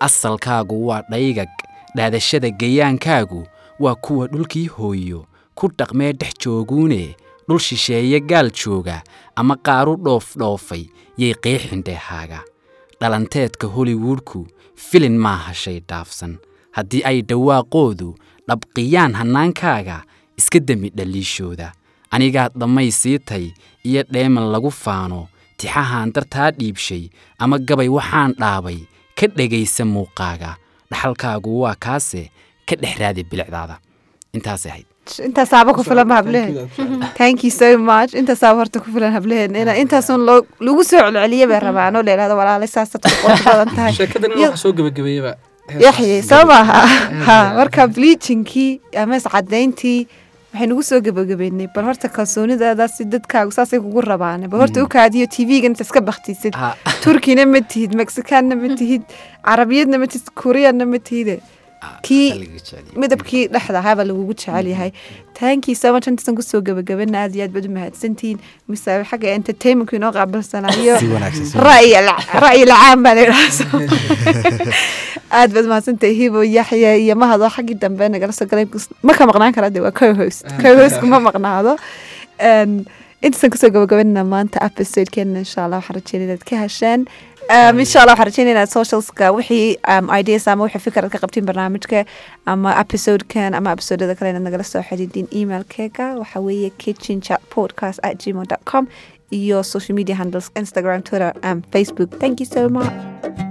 Speaker 1: asalkaagu waa dhaygag dhaadashada gayaankaagu waa kuwa dhulkii hooyo ku dhaqmee dhex jooguune dhul shisheeye gaal jooga ama qaaru dhoofdhoofay yay qeexin dheehaaga dhalanteedka hollywoodku filin maaha shay dhaafsan haddii ay dhawaaqoodu dhabqiyaan hannaankaaga iska demi dhaliishooda anigaa dhammaysiitay iyo dheeman lagu faano tixahaan dartaa dhiibshay ama gabay waxaan dhaabay ka dhegaysa muuqaaga dhaxalkaagu waa kaase ka dhex raadi bilicdaada intaasay ahayd
Speaker 2: intaas saaba ku filan hablehen thank you so much intaas saaba horta ku filan hablehen ina intaasun loo- lagu soo celceliya bay rabaan oo leelahda walaala saasad ku qurux badan tahay
Speaker 5: sheekadan in
Speaker 2: Yo-
Speaker 5: wax soo gabagabeeyaba
Speaker 2: yaxye soo maaha ha marka bleachinkii ama iscadayntii waxay nagu soo gebagabeynay bal horta kalsoonidaadaasi dadkaagu saasay kugu rabaan bal horta u kaadiyo tv-ga inta iska baktisid
Speaker 1: Ha.
Speaker 2: turkina ma tihid mexicaanna ma tihid carabiyadna ma tihid koreanna ma tihide kii
Speaker 1: Xilliga jecel.
Speaker 2: midabkii dhexda ahaabaa lagugu jecel yahay tankii saaban intasan kusoo gabagabana aad iyo aad baad u mahadsantihiin mise xagga entertainmentku inoo qaabilsanayo
Speaker 4: si wanaagsan si
Speaker 2: ra'yi la- ra'yi lacaan baa laydhaha aad baad mahadsantahay hibo yaxya iyo mahado xaggii dambe nagala soo galay ma ka maqnaan kara de waa cohost cohost kuma maqnaado Een, intaasaan kusoo gabagabanana maanta episode-keena insha allah waxaan rajeynaya inaad ka hesheen Um, insha allah waxaan rajeynaya inaad socialska wixii um, ideas ama wixii fikrad ka qabtiin barnaamijka ama episodekan ama episoodada kale inaad nagala soo xiriidin emailkeega waxaa weeye kitchen chat podcast at gmail com iyo social media handles instagram twitter and facebook thank you so much